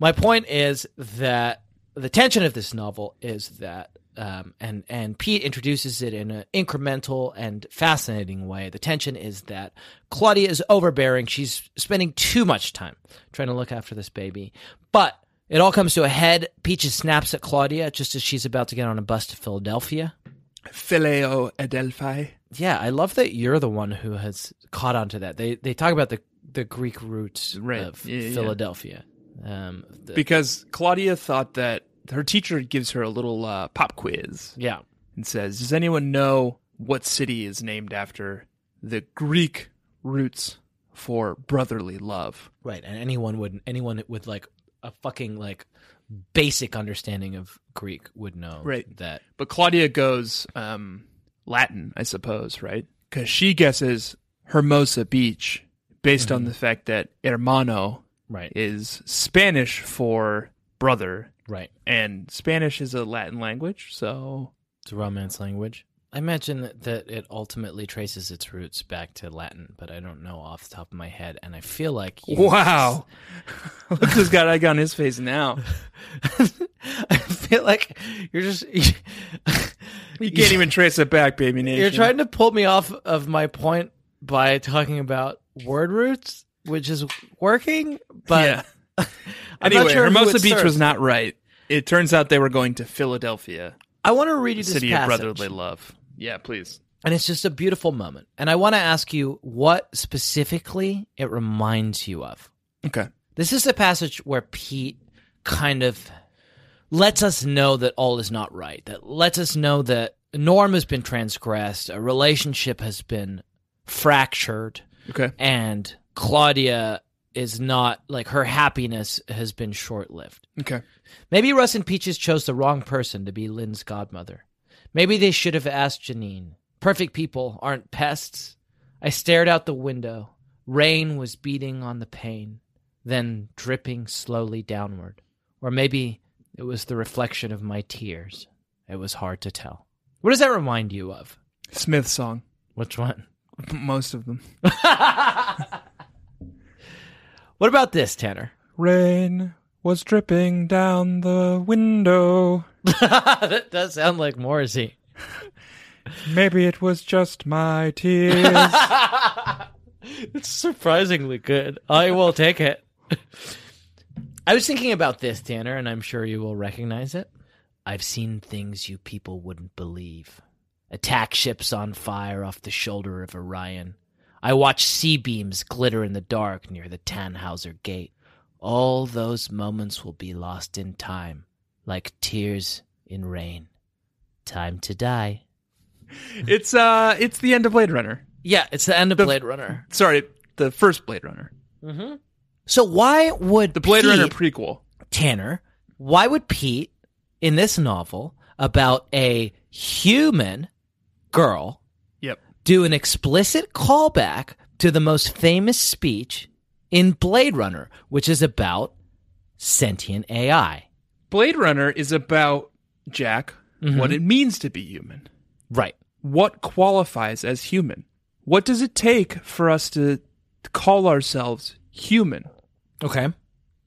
My point is that the tension of this novel is that, um, and and Pete introduces it in an incremental and fascinating way. The tension is that Claudia is overbearing. She's spending too much time trying to look after this baby, but it all comes to a head. Peaches snaps at Claudia just as she's about to get on a bus to Philadelphia. Phileo Adelphi. Yeah, I love that you're the one who has caught on to that. They they talk about the the Greek roots Right. of Yeah, yeah. Philadelphia. Um, the- Because Claudia thought that her teacher gives her a little uh, pop quiz yeah, and says, Does anyone know what city is named after the Greek roots for brotherly love? right. And anyone would anyone with like a fucking like basic understanding of Greek would know Right. that But Claudia goes um, Latin, I suppose, right? Because she guesses Hermosa Beach based on the fact that hermano right is Spanish for brother, right. and Spanish is a Latin language, so It's a Romance language. I imagine that- that it ultimately traces its roots back to Latin, but I don't know off the top of my head. And I feel like you- wow. Look at this guy egg on his face now. I feel like you're just You can't even trace it back, baby nation. You're trying to pull me off of my point by talking about word roots, which is working, but yeah. I'm anyway, not sure who Hermosa it Beach serves. was not right. It turns out they were going to Philadelphia, I want to read you this city of passage, brotherly love. Yeah, please. and it's just a beautiful moment. And I want to ask you what specifically it reminds you of. Okay. This is the passage where Pete kind of lets us know that all is not right, that lets us know that a norm has been transgressed, a relationship has been fractured, Okay. and Claudia is not like her happiness has been short lived. Okay. Maybe Russ and Peaches chose the wrong person to be Lynn's godmother. Maybe they should have asked Janine. Perfect people aren't pests. I stared out the window. Rain was beating on the pane, then dripping slowly downward. Or maybe it was the reflection of my tears. It was hard to tell. What does that remind you of? Smith song. Which one? Most of them. What about this, Tanner? Rain was dripping down the window. that does sound like Morrissey. Maybe it was just my tears. It's surprisingly good. I will take it. I was thinking about this, Tanner, and I'm sure you will recognize it. I've seen things you people wouldn't believe. Attack ships on fire off the shoulder of Orion. I watched sea beams glitter in the dark near the Tannhauser Gate. All those moments will be lost in time, like tears in rain. Time to die. it's uh, it's the end of Blade Runner. Yeah, it's the end of The- Blade Runner. Sorry, the first Blade Runner, So why would the Blade Pete- Runner prequel. Tanner, why would Pete in this novel about a human girl Yep. do an explicit callback to the most famous speech in Blade Runner, which is about sentient AI? Blade Runner is about Jack, what it means to be human. Right. What qualifies as human? What does it take for us to call ourselves human? Okay.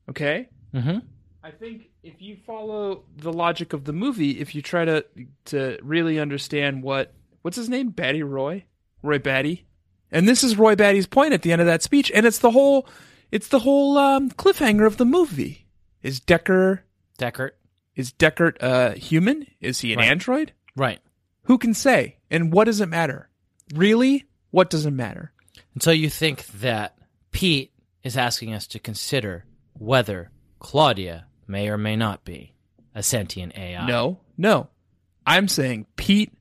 Okay? Mhm. I think if you follow the logic of the movie, if you try to to really understand what what's his name? Batty Roy? Roy Batty? And this is Roy Batty's point at the end of that speech, and it's the whole it's the whole um, cliffhanger of the movie. Is Decker Deckard. is Deckard a human? Is he an Right. android? Right. Who can say? And what does it matter? Really? What does it matter? And so you think that Pete is asking us to consider whether Claudia may or may not be a sentient AI. No, no. I'm saying Pete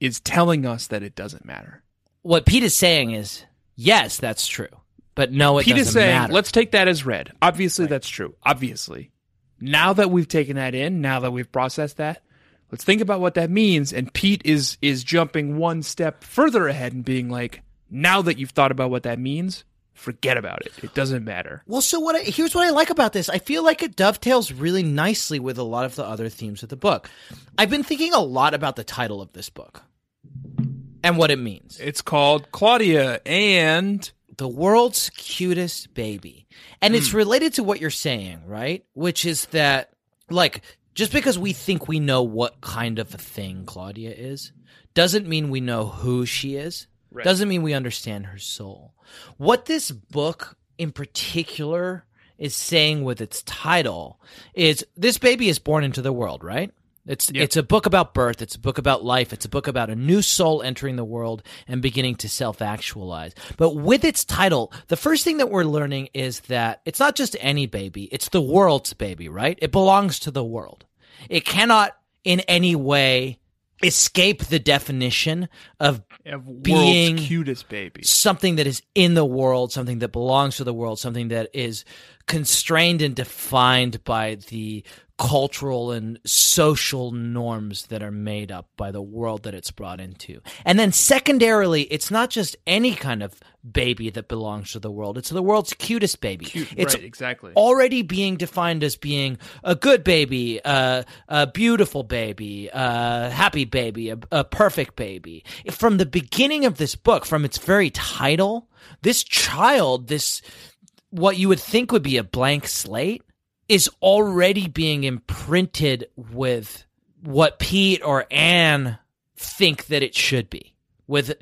is telling us that it doesn't matter. What Pete is saying is, yes, that's true. But no, it Pete doesn't is saying, matter. let's take that as read. Obviously, that's true. Obviously. Now that we've taken that in, now that we've processed that, let's think about what that means. And Pete is is jumping one step further ahead and being like, now that you've thought about what that means, forget about it. It doesn't matter. Well, so what? I, here's what I like about this. I feel like it dovetails really nicely with a lot of the other themes of the book. I've been thinking a lot about the title of this book and what it means. It's called Claudia and the world's cutest baby. And it's related to what you're saying, right? Which is that, like, just because we think we know what kind of a thing Claudia is, doesn't mean we know who she is, doesn't mean we understand her soul. What this book in particular is saying with its title is this baby is born into the world, right? It's it's a book about birth, it's a book about life, it's a book about a new soul entering the world and beginning to self-actualize. But with its title, the first thing that we're learning is that it's not just any baby, it's the world's baby, right? It belongs to the world. It cannot in any way escape the definition of world's Being- cutest baby. something that is in the world, something that belongs to the world, something that is constrained and defined by the cultural and social norms that are made up by the world that it's brought into. And then secondarily, it's not just any kind of baby that belongs to the world. It's the world's cutest baby. it's right, exactly. already being defined as being a good baby, uh, a beautiful baby, a happy baby, a, a perfect baby. From the beginning of this book, from its very title, this child, this what you would think would be a blank slate, is already being imprinted with what Pete or Anne think that it should be with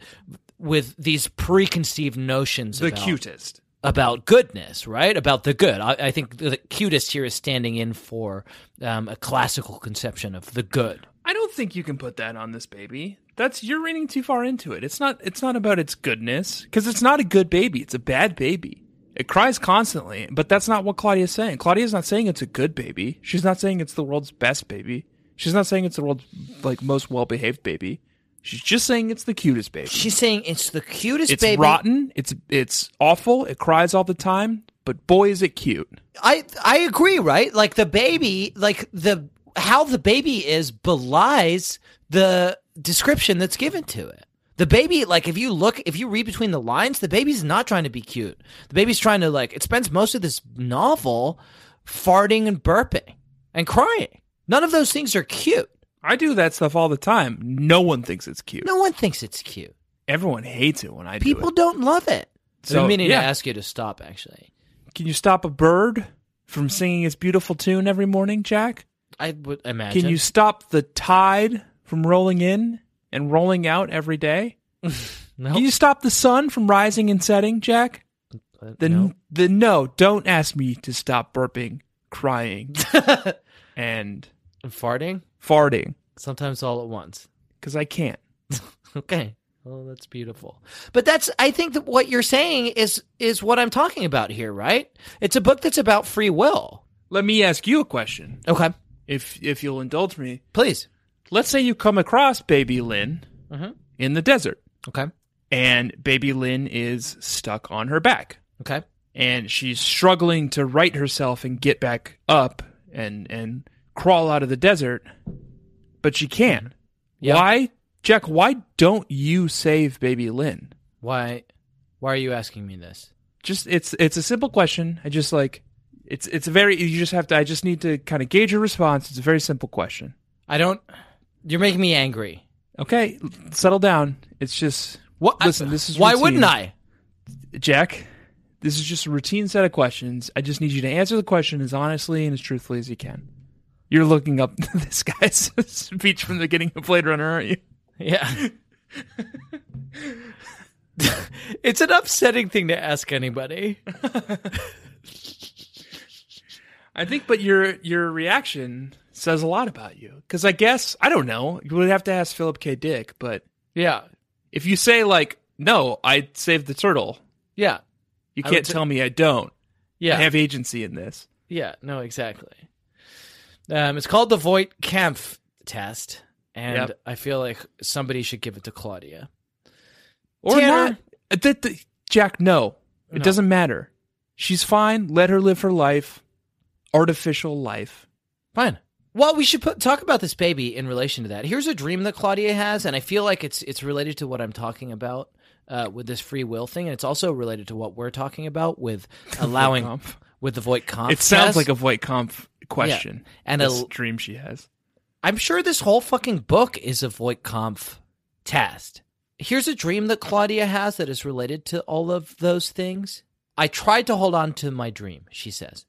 with these preconceived notions the about cutest. about goodness, right? About the good. I, I think the cutest here is standing in for um, a classical conception of the good. I don't think you can put that on this baby. That's you're reading too far into it. It's not it's not about its goodness because it's not a good baby. It's a bad baby. It cries constantly, but that's not what Claudia's saying. Claudia's not saying it's a good baby. She's not saying it's the world's best baby. She's not saying it's the world's like most well-behaved baby. She's just saying it's the cutest baby. She's saying it's the cutest it's baby. rotten. It's it's awful. It cries all the time. but boy is it cute. I I agree, right? Like the baby, like the how the baby is belies the description that's given to it. The baby, like if you look, if you read between the lines, the baby's not trying to be cute. The baby's trying to like it spends most of this novel farting and burping and crying. None of those things are cute. I do that stuff all the time. No one thinks it's cute. No one thinks it's cute. Everyone hates it when I do People it. don't love it. So, So, I'm meaning yeah. to ask you to stop actually. Can you stop a bird from singing its beautiful tune every morning, Jack? I would imagine. Can you stop the tide from rolling in and rolling out every day? no, Can you stop the sun from rising and setting, Jack? The no. the no, don't ask me to stop burping, crying, and farting farting sometimes all at once. because I can't. Okay. Well, that's beautiful. But that's I think that what you're saying is is what I'm talking about here, right? It's a book that's about free will. Let me ask you a question, Okay. if if you'll indulge me. Please. Let's say you come across Baby Lynn Mhm. in the desert, Okay. and Baby Lynn is stuck on her back. Okay. and she's struggling to right herself and get back up and and crawl out of the desert, but she can. Yeah. Why, Jack? Why don't you save baby Lynn? Why why are you asking me this? Just it's it's a simple question. I just like it's it's a very you just have to. I just need to kind of gauge your response. It's a very simple question. I don't you're making me angry. Okay, l- settle down. It's just What Listen, this is Why routine. wouldn't I? Jack. This is just a routine set of questions. I just need you to answer the question as honestly and as truthfully as you can. You're looking up this guy's speech from the beginning of Blade Runner, aren't you? Yeah. it's an upsetting thing to ask anybody. I think, but your your reaction says a lot about you. Because I guess I don't know. You would have to ask Philip K. Dick, but Yeah. if you say like, "No, I saved the turtle," Yeah. you I would can't say- tell me I don't. Yeah. I have agency in this. Yeah, no, exactly. Um, it's called the Voigt Kampf test, and Yep. I feel like somebody should give it to Claudia. or Tanner. not. Uh, That the, Jack, no, it No. doesn't matter. She's fine. Let her live her life, artificial life. Fine. Well, we should put, talk about this baby in relation to that. Here's a dream that Claudia has, and I feel like it's it's related to what I'm talking about uh, with this free will thing, and it's also related to what we're talking about with allowing Kampf. with the Voigt Kampf. it sounds test. like a Voight Kampf question And this a- dream she has. I'm sure this whole fucking book is a Voight Kampf test. Here's a dream that Claudia has that is related to all of those things. I tried to hold on to my dream, she says.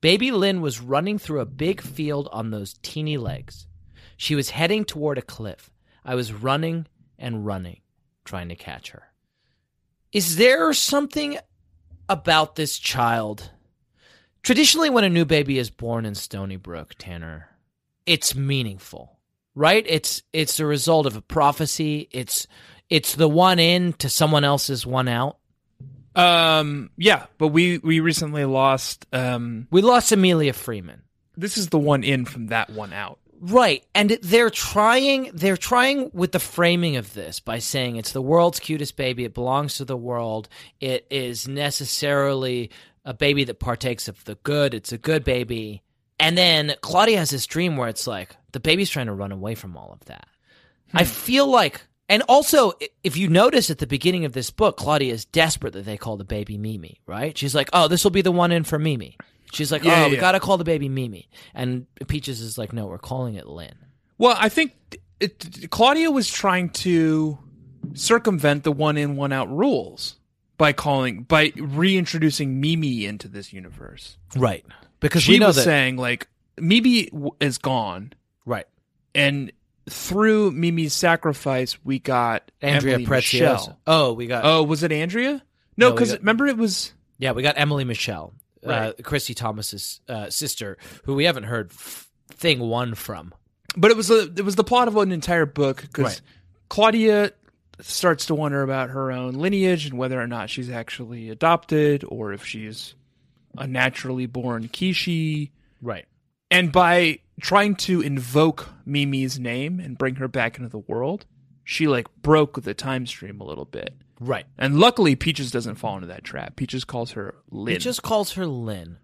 Baby Lynn was running through a big field on those teeny legs. She was heading toward a cliff. I was running and running, trying to catch her. Is there something about this child? Traditionally, when a new baby is born in Stony Brook, Tanner, it's meaningful right it's it's the result of a prophecy it's it's the one in to someone else's one out Um, yeah, but we we recently lost. Um, we lost amelia freeman this is the one in from that one out. right and they're trying they're trying with the framing of this by saying it's the world's cutest baby it belongs to the world it is necessarily a baby that partakes of the good it's a good baby and then claudia has this dream where it's like the baby's trying to run away from all of that I feel like, and also, i- if you notice at the beginning of this book, Claudia is desperate that they call the baby Mimi, right? She's like, oh, this will be the one in for Mimi. She's like, Yeah, oh, yeah, we yeah. got to call the baby Mimi. And Peaches is like, no, we're calling it Lynn. Well, I think it, Claudia was trying to circumvent the one in one out rules by calling by reintroducing Mimi into this universe. Right. Because she we know was that. saying like Mimi w- is gone, right. and through Mimi's sacrifice, we got Andrea Emily Preziosa. Michelle. Oh, we got. Oh, was it Andrea? No, No, we because got- remember it was Yeah, we got Emily Michelle, uh, Right. Christy Thomas's uh, sister, who we haven't heard f- thing one from. but it was a, it was the plot of an entire book because Right. Claudia starts to wonder about her own lineage and whether or not she's actually adopted or if she's a naturally born Kishi. Right. And by trying to invoke Mimi's name and bring her back into the world, she like broke the time stream a little bit. Right. And luckily, Peaches doesn't fall into that trap. Peaches calls her Lynn. He just calls her Lynn.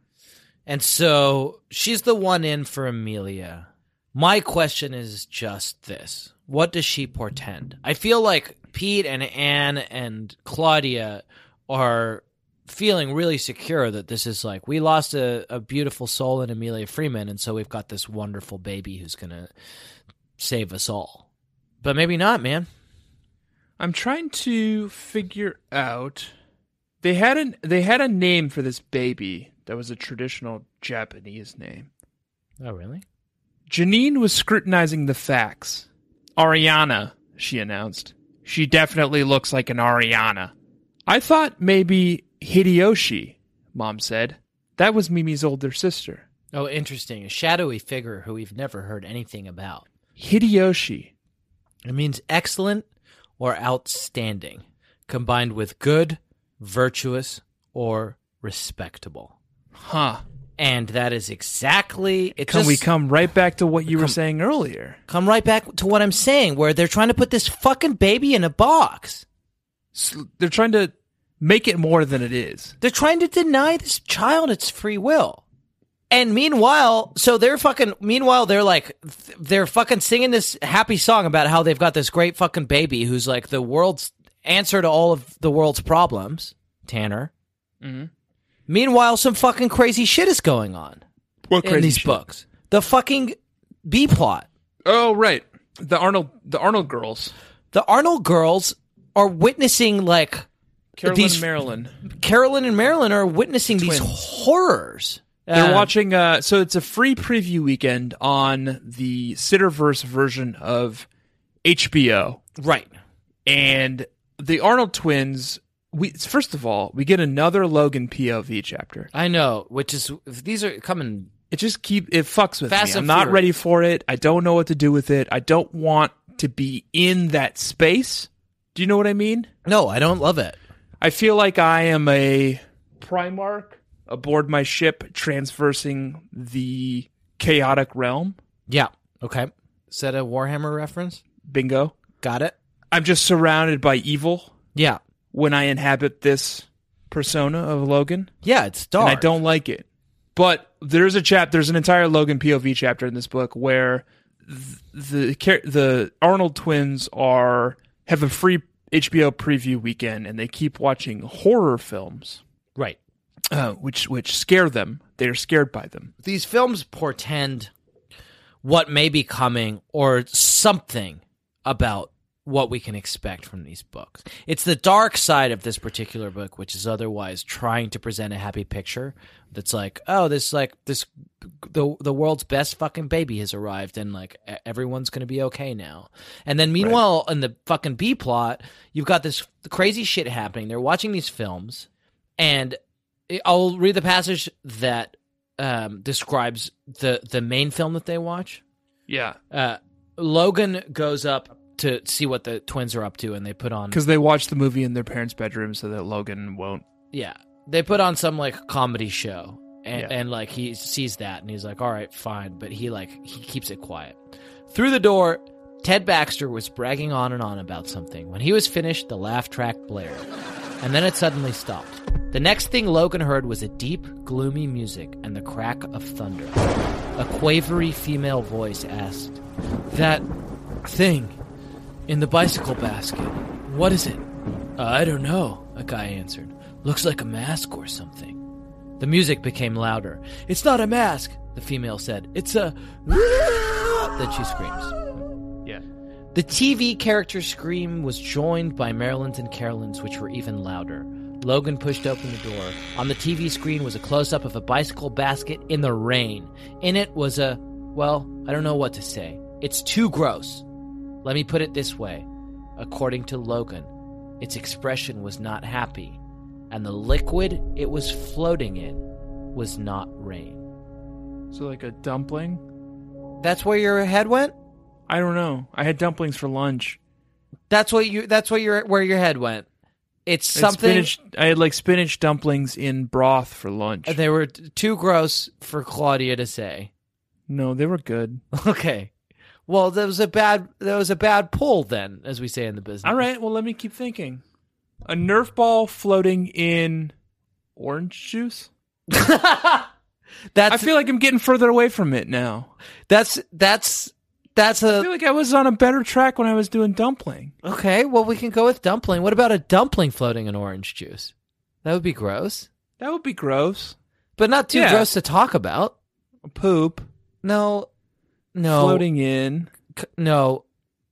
And so she's the one in for Amelia. My question is just this What does she portend? I feel like Pete and Anne and Claudia are feeling really secure that this is like, we lost a, a beautiful soul in Amelia Freeman. And so we've got this wonderful baby who's going to save us all. But maybe not, man. I'm trying to figure out. They had an they had a name for this baby that was a traditional Japanese name. Oh, really? Janine was scrutinizing the facts. Ariana, she announced. She definitely looks like an Ariana. I thought maybe Hideyoshi, mom said. That was Mimi's older sister. Oh, interesting. A shadowy figure who we've never heard anything about. Hideyoshi. It means excellent or outstanding, combined with good, virtuous, or respectable. Huh. And that is exactly it. Can we just- come right back to what you were saying earlier? come right back to what I'm saying, where they're trying to put this fucking baby in a box. S- They're trying to make it more than it is. They're trying to deny this child its free will. And meanwhile, so they're fucking, meanwhile, they're like, th- they're fucking singing this happy song about how they've got this great fucking baby who's like the world's answer to all of the world's problems, Tanner. Meanwhile, some fucking crazy shit is going on What in these books. The fucking B plot. Oh, right. The Arnold, the Arnold girls, The Arnold girls are witnessing like Carolyn, These- and Marilyn. Carolyn and Marilyn are witnessing these Twins. horrors. Uh, They're watching. Uh, so it's a free preview weekend on the Sitterverse version of HBO, right. and the Arnold twins. We first of all, we get another Logan POV chapter. I know, which is these are coming. It just keep it fucks with Fast me. I'm and not Furious. ready for it. I don't know what to do with it. I don't want to be in that space. Do you know what I mean? No, I don't love it. I feel like I am a Primarch aboard my ship transversing the chaotic realm. Yeah. Okay. Is that a Warhammer reference? Bingo. Got it. I'm just surrounded by evil Yeah. when I inhabit this persona of Logan, Yeah, it's dark. and I don't like it. But there's a chap, there's an entire Logan POV chapter in this book where th- the char- the Arnold twins are have a free HBO preview weekend, and they keep watching horror films, Right. uh, which which scare them. They are scared by them. These films portend what may be coming or something about what we can expect from these books. It's the dark side of this particular book, which is otherwise trying to present a happy picture that's like, oh, this like this the the world's best fucking baby has arrived and like e- everyone's going to be okay now. And then meanwhile in the fucking B plot, you've got this crazy shit happening. They're watching these films and it- I'll read the passage that um, describes the the main film that they watch. Yeah, Uh, Logan goes up to see what the twins are up to, and they put on because they watch the movie in their parents' bedroom so that Logan won't. yeah they put on some like comedy show, and, Yeah. and like he sees that, and he's like, all right, fine, but he like he keeps it quiet. Through the door, Ted Baxter was bragging on and on about something. When he was finished, the laugh track blared, and then it suddenly stopped. The next thing Logan heard was a deep, gloomy music and the crack of thunder. A quavery female voice asked, That thing in the bicycle basket, what is it? "Uh, I don't know, a guy answered. Looks like a mask or something. The music became louder. It's not a mask, the female said. It's a. that she screams. Yeah. The TV character's scream was joined by Marilyn's and Carolyn's, which were even louder. Logan pushed open the door. On the TV screen was a close up of a bicycle basket in the rain. In it was a, well, I don't know what to say. It's too gross. Let me put it this way. According to Logan, its expression was not happy, and the liquid it was floating in was not rain. So like a dumpling? That's where your head went? I don't know. I had dumplings for lunch. That's what you. That's what your where your head went. It's I had something. spinach- I had like spinach dumplings in broth for lunch. They were t- too gross for Claudia to say. no, they were good. Okay. Well, that was a bad that was a bad pull then, as we say in the business. All right. Well, let me keep thinking. A Nerf ball floating in orange juice. I That's feel like I'm getting further away from it now. that's that's that's I a feel like I was on a better track when I was doing dumpling. okay. Well, we can go with dumpling. What about a dumpling floating in orange juice? That would be gross, That would be gross. but not too Yeah. gross to talk about. Poop No, no, floating in c- no,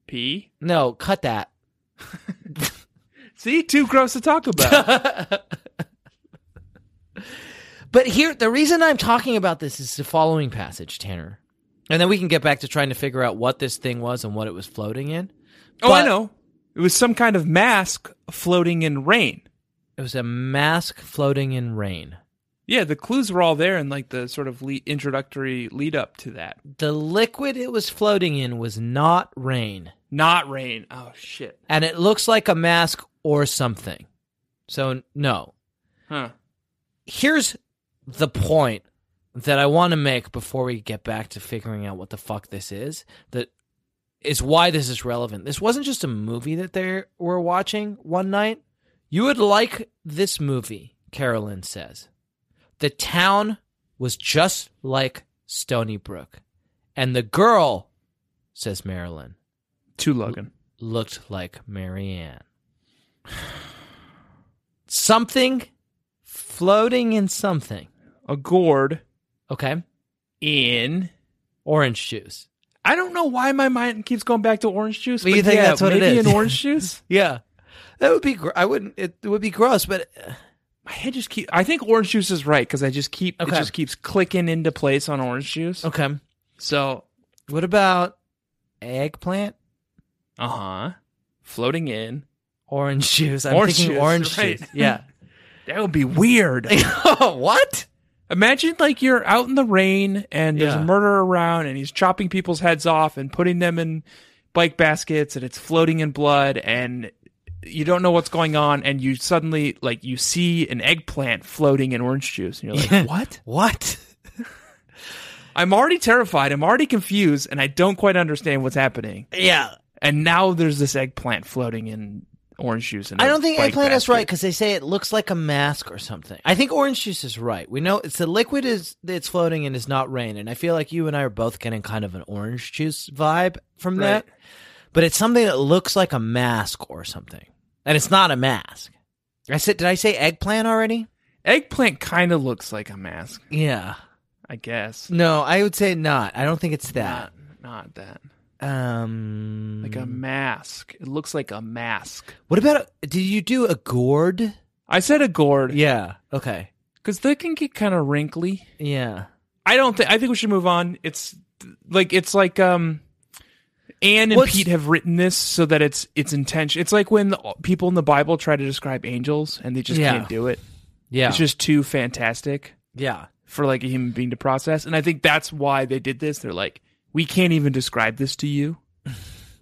pee. no. Cut that. See, too gross to talk about. But here, the reason I'm talking about this is the following passage, Tanner. And then we can get back to trying to figure out what this thing was and what it was floating in. oh, I But know. It was some kind of mask floating in rain. It was a mask floating in rain. Yeah, the clues were all there in like the sort of lead, introductory lead up to that. The liquid it was floating in was not rain, Not rain. Oh shit. and it looks like a mask or something. So, no. Huh. Here's the point that I want to make before we get back to figuring out what the fuck this is that is why this is relevant. This wasn't just a movie that they were watching one night. You would like this movie, Carolyn says. The town was just like Stony Brook. And the girl, says Marilyn, Too Logan. looked like Marianne. Something floating in something. A gourd Okay. in. Orange juice. I don't know why my mind keeps going back to orange juice. Well, but you think yeah, that's what it maybe is. An orange juice. Yeah, that would be. Gr- I wouldn't. It would be gross, but My head just keep. I think orange juice is right because I just keep. Okay. It just keeps clicking into place on orange juice. okay. So. What about eggplant, Uh huh. Floating in. orange juice? I'm Orange thinking juice, orange right. juice. Yeah. That would be weird. what? Imagine like you're out in the rain and there's Yeah. a murderer around and he's chopping people's heads off and putting them in bike baskets and it's floating in blood and you don't know what's going on and you suddenly like you see an eggplant floating in orange juice and you're like what? What? I'm already terrified, I'm already confused and I don't quite understand what's happening. Yeah. And now there's this eggplant floating in orange juice and I don't think eggplant is right because they say it looks like a mask or something. I think orange juice is right. We know it's the liquid is it's floating and it's not rain, and I feel like you and I are both getting kind of an orange juice vibe from that. Right. But it's something that looks like a mask or something, and it's not a mask. I said, did I say eggplant already? Eggplant kind of looks like a mask, Yeah. I guess. No, I would say not. I don't think it's that. Not, not that. Um, Like a mask. It looks like a mask. what about? a- Did you do a gourd? I said a gourd. Yeah. Okay. Because they can get kind of wrinkly. Yeah. I don't think. I think we should move on. It's like it's like um, Anne and What's- Pete have written this so that it's it's intention. It's like when the, people in the Bible try to describe angels and they just Yeah. can't do it. Yeah. It's just too fantastic yeah. for like a human being to process. And I think that's why they did this. They're like, we can't even describe this to you.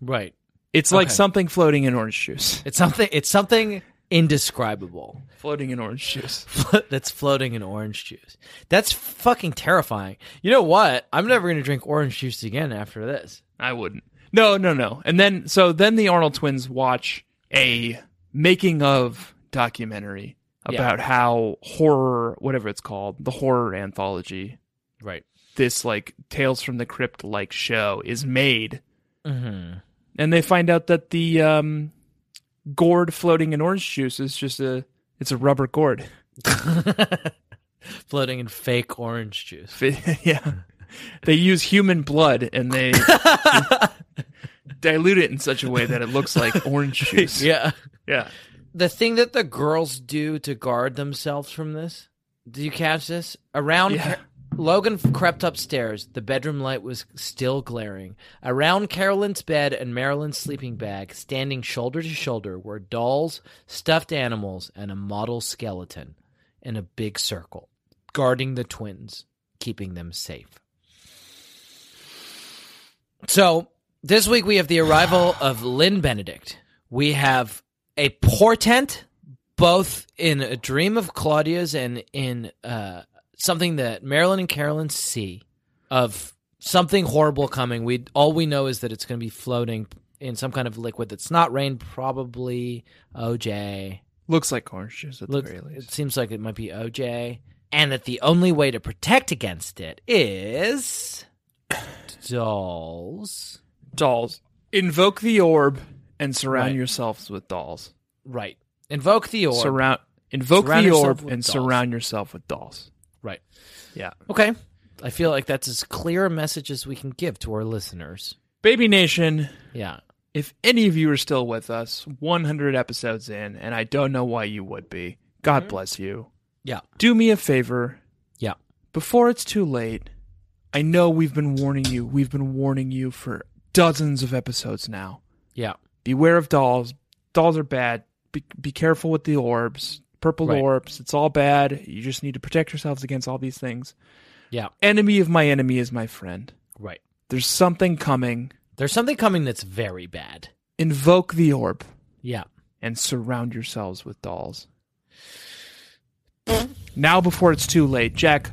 Right. It's like Okay. something floating in orange juice. It's something. It's something indescribable Floating in orange juice. that's floating in orange juice. That's fucking terrifying. You know what? I'm never gonna drink orange juice again after this. I wouldn't. No, no, no. And then so then the Arnold twins watch a making of documentary Yeah. about how horror, whatever it's called, the horror anthology, Right. this like Tales from the Crypt like show is made. hmm And they find out that the um gourd floating in orange juice is just a it's a rubber gourd. floating in fake orange juice. yeah. They use human blood and they dilute it in such a way that it looks like orange juice. Yeah. Yeah. the thing that the girls do to guard themselves from this. Do you catch this? Around Yeah. Ca- Logan f- crept upstairs. The bedroom light was still glaring. Around Carolyn's bed and Marilyn's sleeping bag, standing shoulder to shoulder, were dolls, stuffed animals, and a model skeleton in a big circle, guarding the twins, keeping them safe. So this week we have the arrival of Lynn Benedict. We have a portent, both in a dream of Claudia's and in uh, something that Marilyn and Carolyn see of something horrible coming. We all we know is that it's going to be floating in some kind of liquid that's not rain, probably OJ. Looks like orange juice at Look, the very it least. seems like it might be OJ, and that the only way to protect against it is dolls. Dolls. Invoke the orb and surround Right. yourselves with dolls. Right. Invoke the orb. Surround. Invoke Surround the yourself orb with and dolls. surround yourself with dolls. right. Yeah. Okay. I feel like that's as clear a message as we can give to our listeners. Baby Nation, Yeah. if any of you are still with us, 100 episodes in, and I don't know why you would be, God bless you. Yeah. Do me a favor. Yeah. Before it's too late, I know we've been warning you. We've been warning you for dozens of episodes now. Yeah. Beware of dolls. Dolls are bad. Be, be careful with the orbs, purple Right. orbs. It's all bad. You just need to protect yourselves against all these things. Yeah. Enemy of my enemy is my friend. Right. There's something coming. There's something coming that's very bad. Invoke the orb Yeah. and surround yourselves with dolls. now, before it's too late, Jack,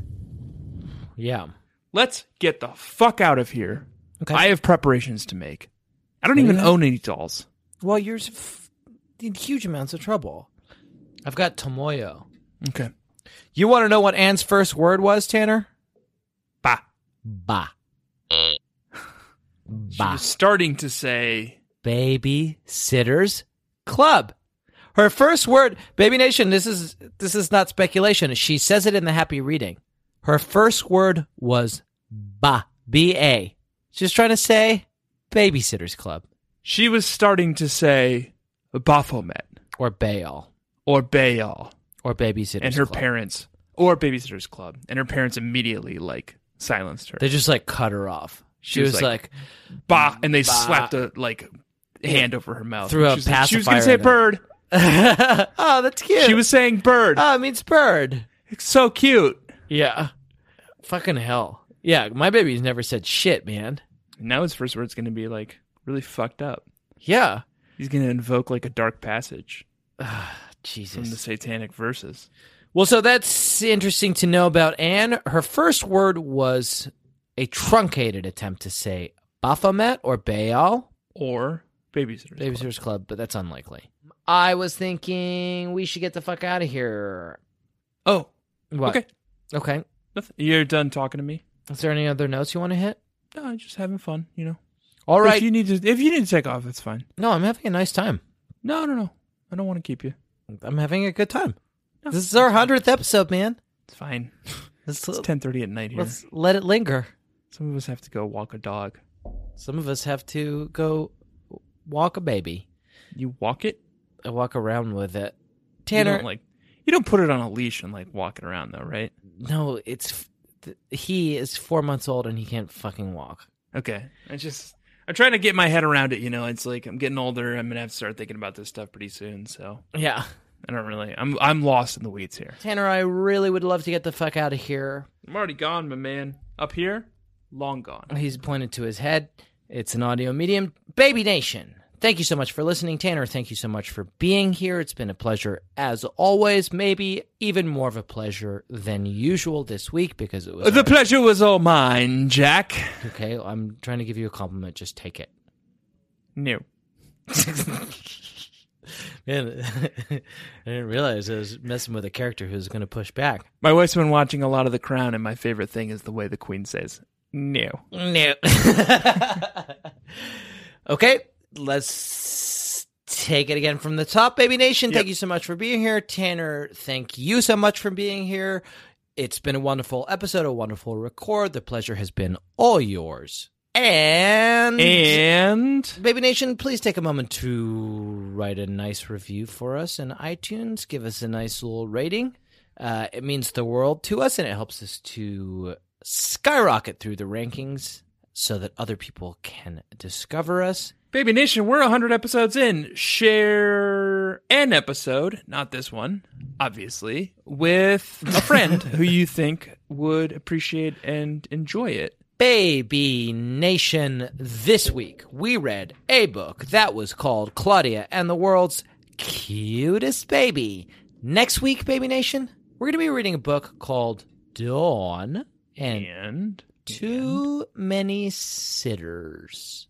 Yeah. let's get the fuck out of here. Okay. I have preparations to make. I don't even own any dolls. Well, you're f- in huge amounts of trouble. I've got Tomoyo. Okay. You want to know what Anne's first word was, Tanner? Bah. Ba. She ba. was starting to say Babysitters Club. Her first word, Baby Nation, this is this is not speculation. She says it in the happy reading. Her first word was ba. B A. She's trying to say Babysitters Club she was starting to say Baphomet or Baal or Baal or Babysitters and her Club. parents or Babysitters Club and her parents immediately like silenced her. They just like cut her off. She, She was was like, like, bah, and they Bah. slapped a like hand over her mouth. Threw a she was, like- she was gonna pacifier say in her- bird. oh, that's cute. She was saying bird. oh, it means bird. It's so cute. Yeah. Fucking hell. Yeah, my baby's never said shit, man. Now his first word's gonna be like really fucked up. Yeah. He's gonna invoke like a dark passage from the Jesus. satanic verses. Well, so that's interesting to know about Anne. Her first word was a truncated attempt to say Baphomet or Baal. Or babysitters. Club. Babysitter's Club, but that's unlikely. I was thinking we should get the fuck out of here. Oh, What? okay. Okay. Nothing. You're done talking to me. Is there any other notes you want to hit? No, I'm just having fun, you know. All right. If you need to, if you need to take off, that's fine. no, I'm having a nice time. No, no, no. I don't want to keep you. I'm having a good time. This is our hundredth episode, man. It's fine. Let's, It's ten thirty at night here. let's let it linger. Some of us have to go walk a dog. Some of us have to go walk a baby You walk it. and walk around with it. You Tanner, don't, like you don't put it on a leash and like walk it around though, right? no, it's f- th- he is four months old and he can't fucking walk. Okay. I just I'm trying to get my head around it. You know, it's like I'm getting older. I'm gonna have to start thinking about this stuff pretty soon. So Yeah, I don't really. I'm I'm lost in the weeds here. Tanner, I really would love to get the fuck out of here. I'm already gone, my man. Up here, long gone. He's pointed to his head. It's an audio medium. Baby Nation, thank you so much for listening. Tanner, thank you so much for being here. It's been a pleasure as always. Maybe even more of a pleasure than usual this week because it was. Uh, The our- pleasure was all mine, Jack. okay, I'm trying to give you a compliment. Just take it. No. Man, I didn't realize I was messing with a character who's going to push back. My wife's been watching a lot of The Crown, and my favorite thing is the way the Queen says "no." No. okay, let's take it again from the top, Baby Nation. Thank you so much for being here. Tanner, thank you so much for being here. It's been a wonderful episode, a wonderful record. The pleasure has been all yours. And, And Baby Nation, please take a moment to write a nice review for us in iTunes. Give us a nice little rating. Uh, it means the world to us and it helps us to skyrocket through the rankings so that other people can discover us. Baby Nation, we're 100 episodes in. Share an episode, not this one, obviously, with a friend who you think would appreciate and enjoy it. Baby Nation, this week we read a book that was called Claudia and the World's Cutest Baby. Next week, Baby Nation, we're going to be reading a book called Dawn and And Too many sitters.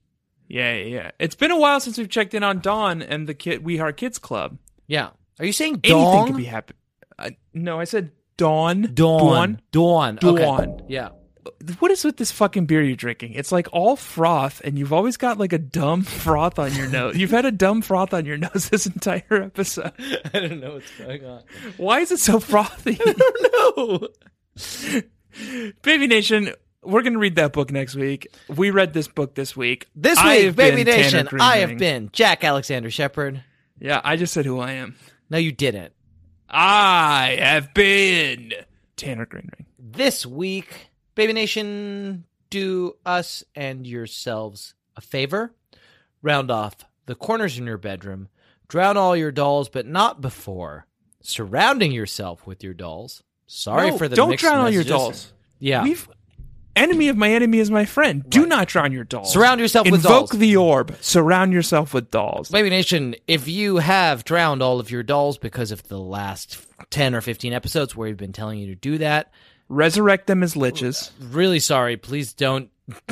Yeah, yeah, yeah. It's been a while since we've checked in on Dawn and the kid We Are Kids Club. Yeah. Are you saying Anything dong? could be happen. Uh, no, I said Dawn. Dawn. Dawn. Dawn. Okay. Dawn. Yeah. What is with this fucking beer you're drinking? It's like all froth, and you've always got like a dumb froth on your nose. You've had a dumb froth on your nose this entire episode. I don't know what's going on. Why is it so frothy? no. Baby Nation, we're going to read that book next week. We read this book this week. This I week, have Baby been Tanner Nation, I have Greenring. been Jack Alexander Shepard. Yeah, I just said who I am. No, you didn't. I have been Tanner Greenring. This week, Baby Nation, do us and yourselves a favor. Round off the corners in your bedroom. Drown all your dolls, but not before surrounding yourself with your dolls. Sorry No, for the don't mixed drown all your messages. dolls. Yeah, We've enemy of my enemy is my friend. Do not drown your dolls. Surround yourself with dolls. Invoke the orb. Surround yourself with dolls. Baby Nation, if you have drowned all of your dolls because of the last 10 or 15 episodes where we've been telling you to do that, Resurrect them as liches. really sorry. Please don't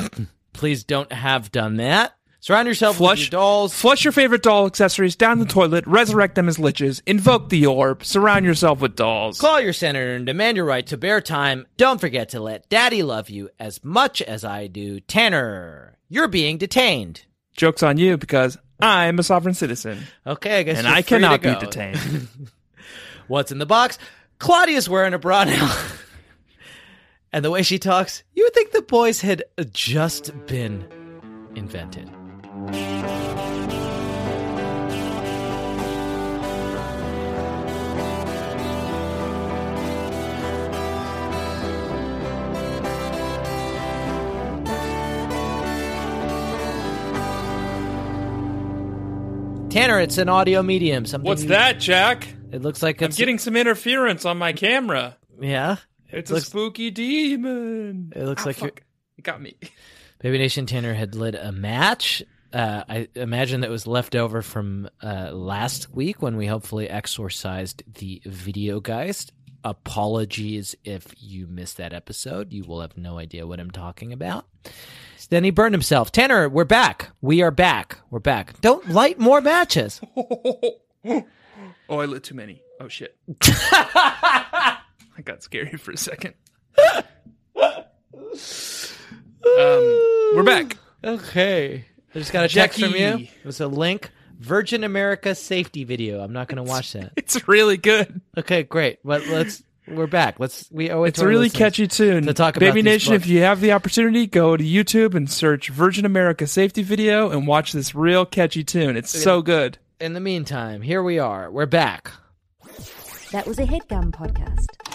please don't have done that. Surround yourself Flush with your dolls. Flush your favorite doll accessories down the toilet. Resurrect them as liches. Invoke the orb. Surround yourself with dolls. Call your senator and demand your right to bear time. Don't forget to let daddy love you as much as I do. Tanner, you're being detained. Joke's on you because I'm a sovereign citizen Okay, I guess and you're I free to cannot be go. detained. What's in the box? Claudia's wearing a bra now. and the way she talks, you would think the boys had just been invented. Tanner, it's an audio medium. Something you- Jack? It looks like it's some interference on my camera. yeah. It's looks- spooky demon. It looks like you're- It got me. Baby Nation Tanner had lit a match. Uh, I imagine that was left over from uh, last week when we hopefully exorcised the video geist. Apologies if you missed that episode. You will have no idea what I'm talking about. Then he burned himself. Tanner, we're back. We are back. We're back. Don't light more matches. Oh, I lit too many. Oh shit. I got scary for a second. um, we're back. Okay. I just got a text from you. Jackie. It was a link. Virgin America safety video. I'm not going to watch that. It's really good. Okay, great. But let's we're back. Let's we owe it It's to a our really listeners catchy tune. to talk about Baby these Nation, books. if you have the opportunity, go to YouTube and search Virgin America Safety Video and watch this real catchy tune. It's so good. In the meantime, here we are. We're back. That was a headgum podcast.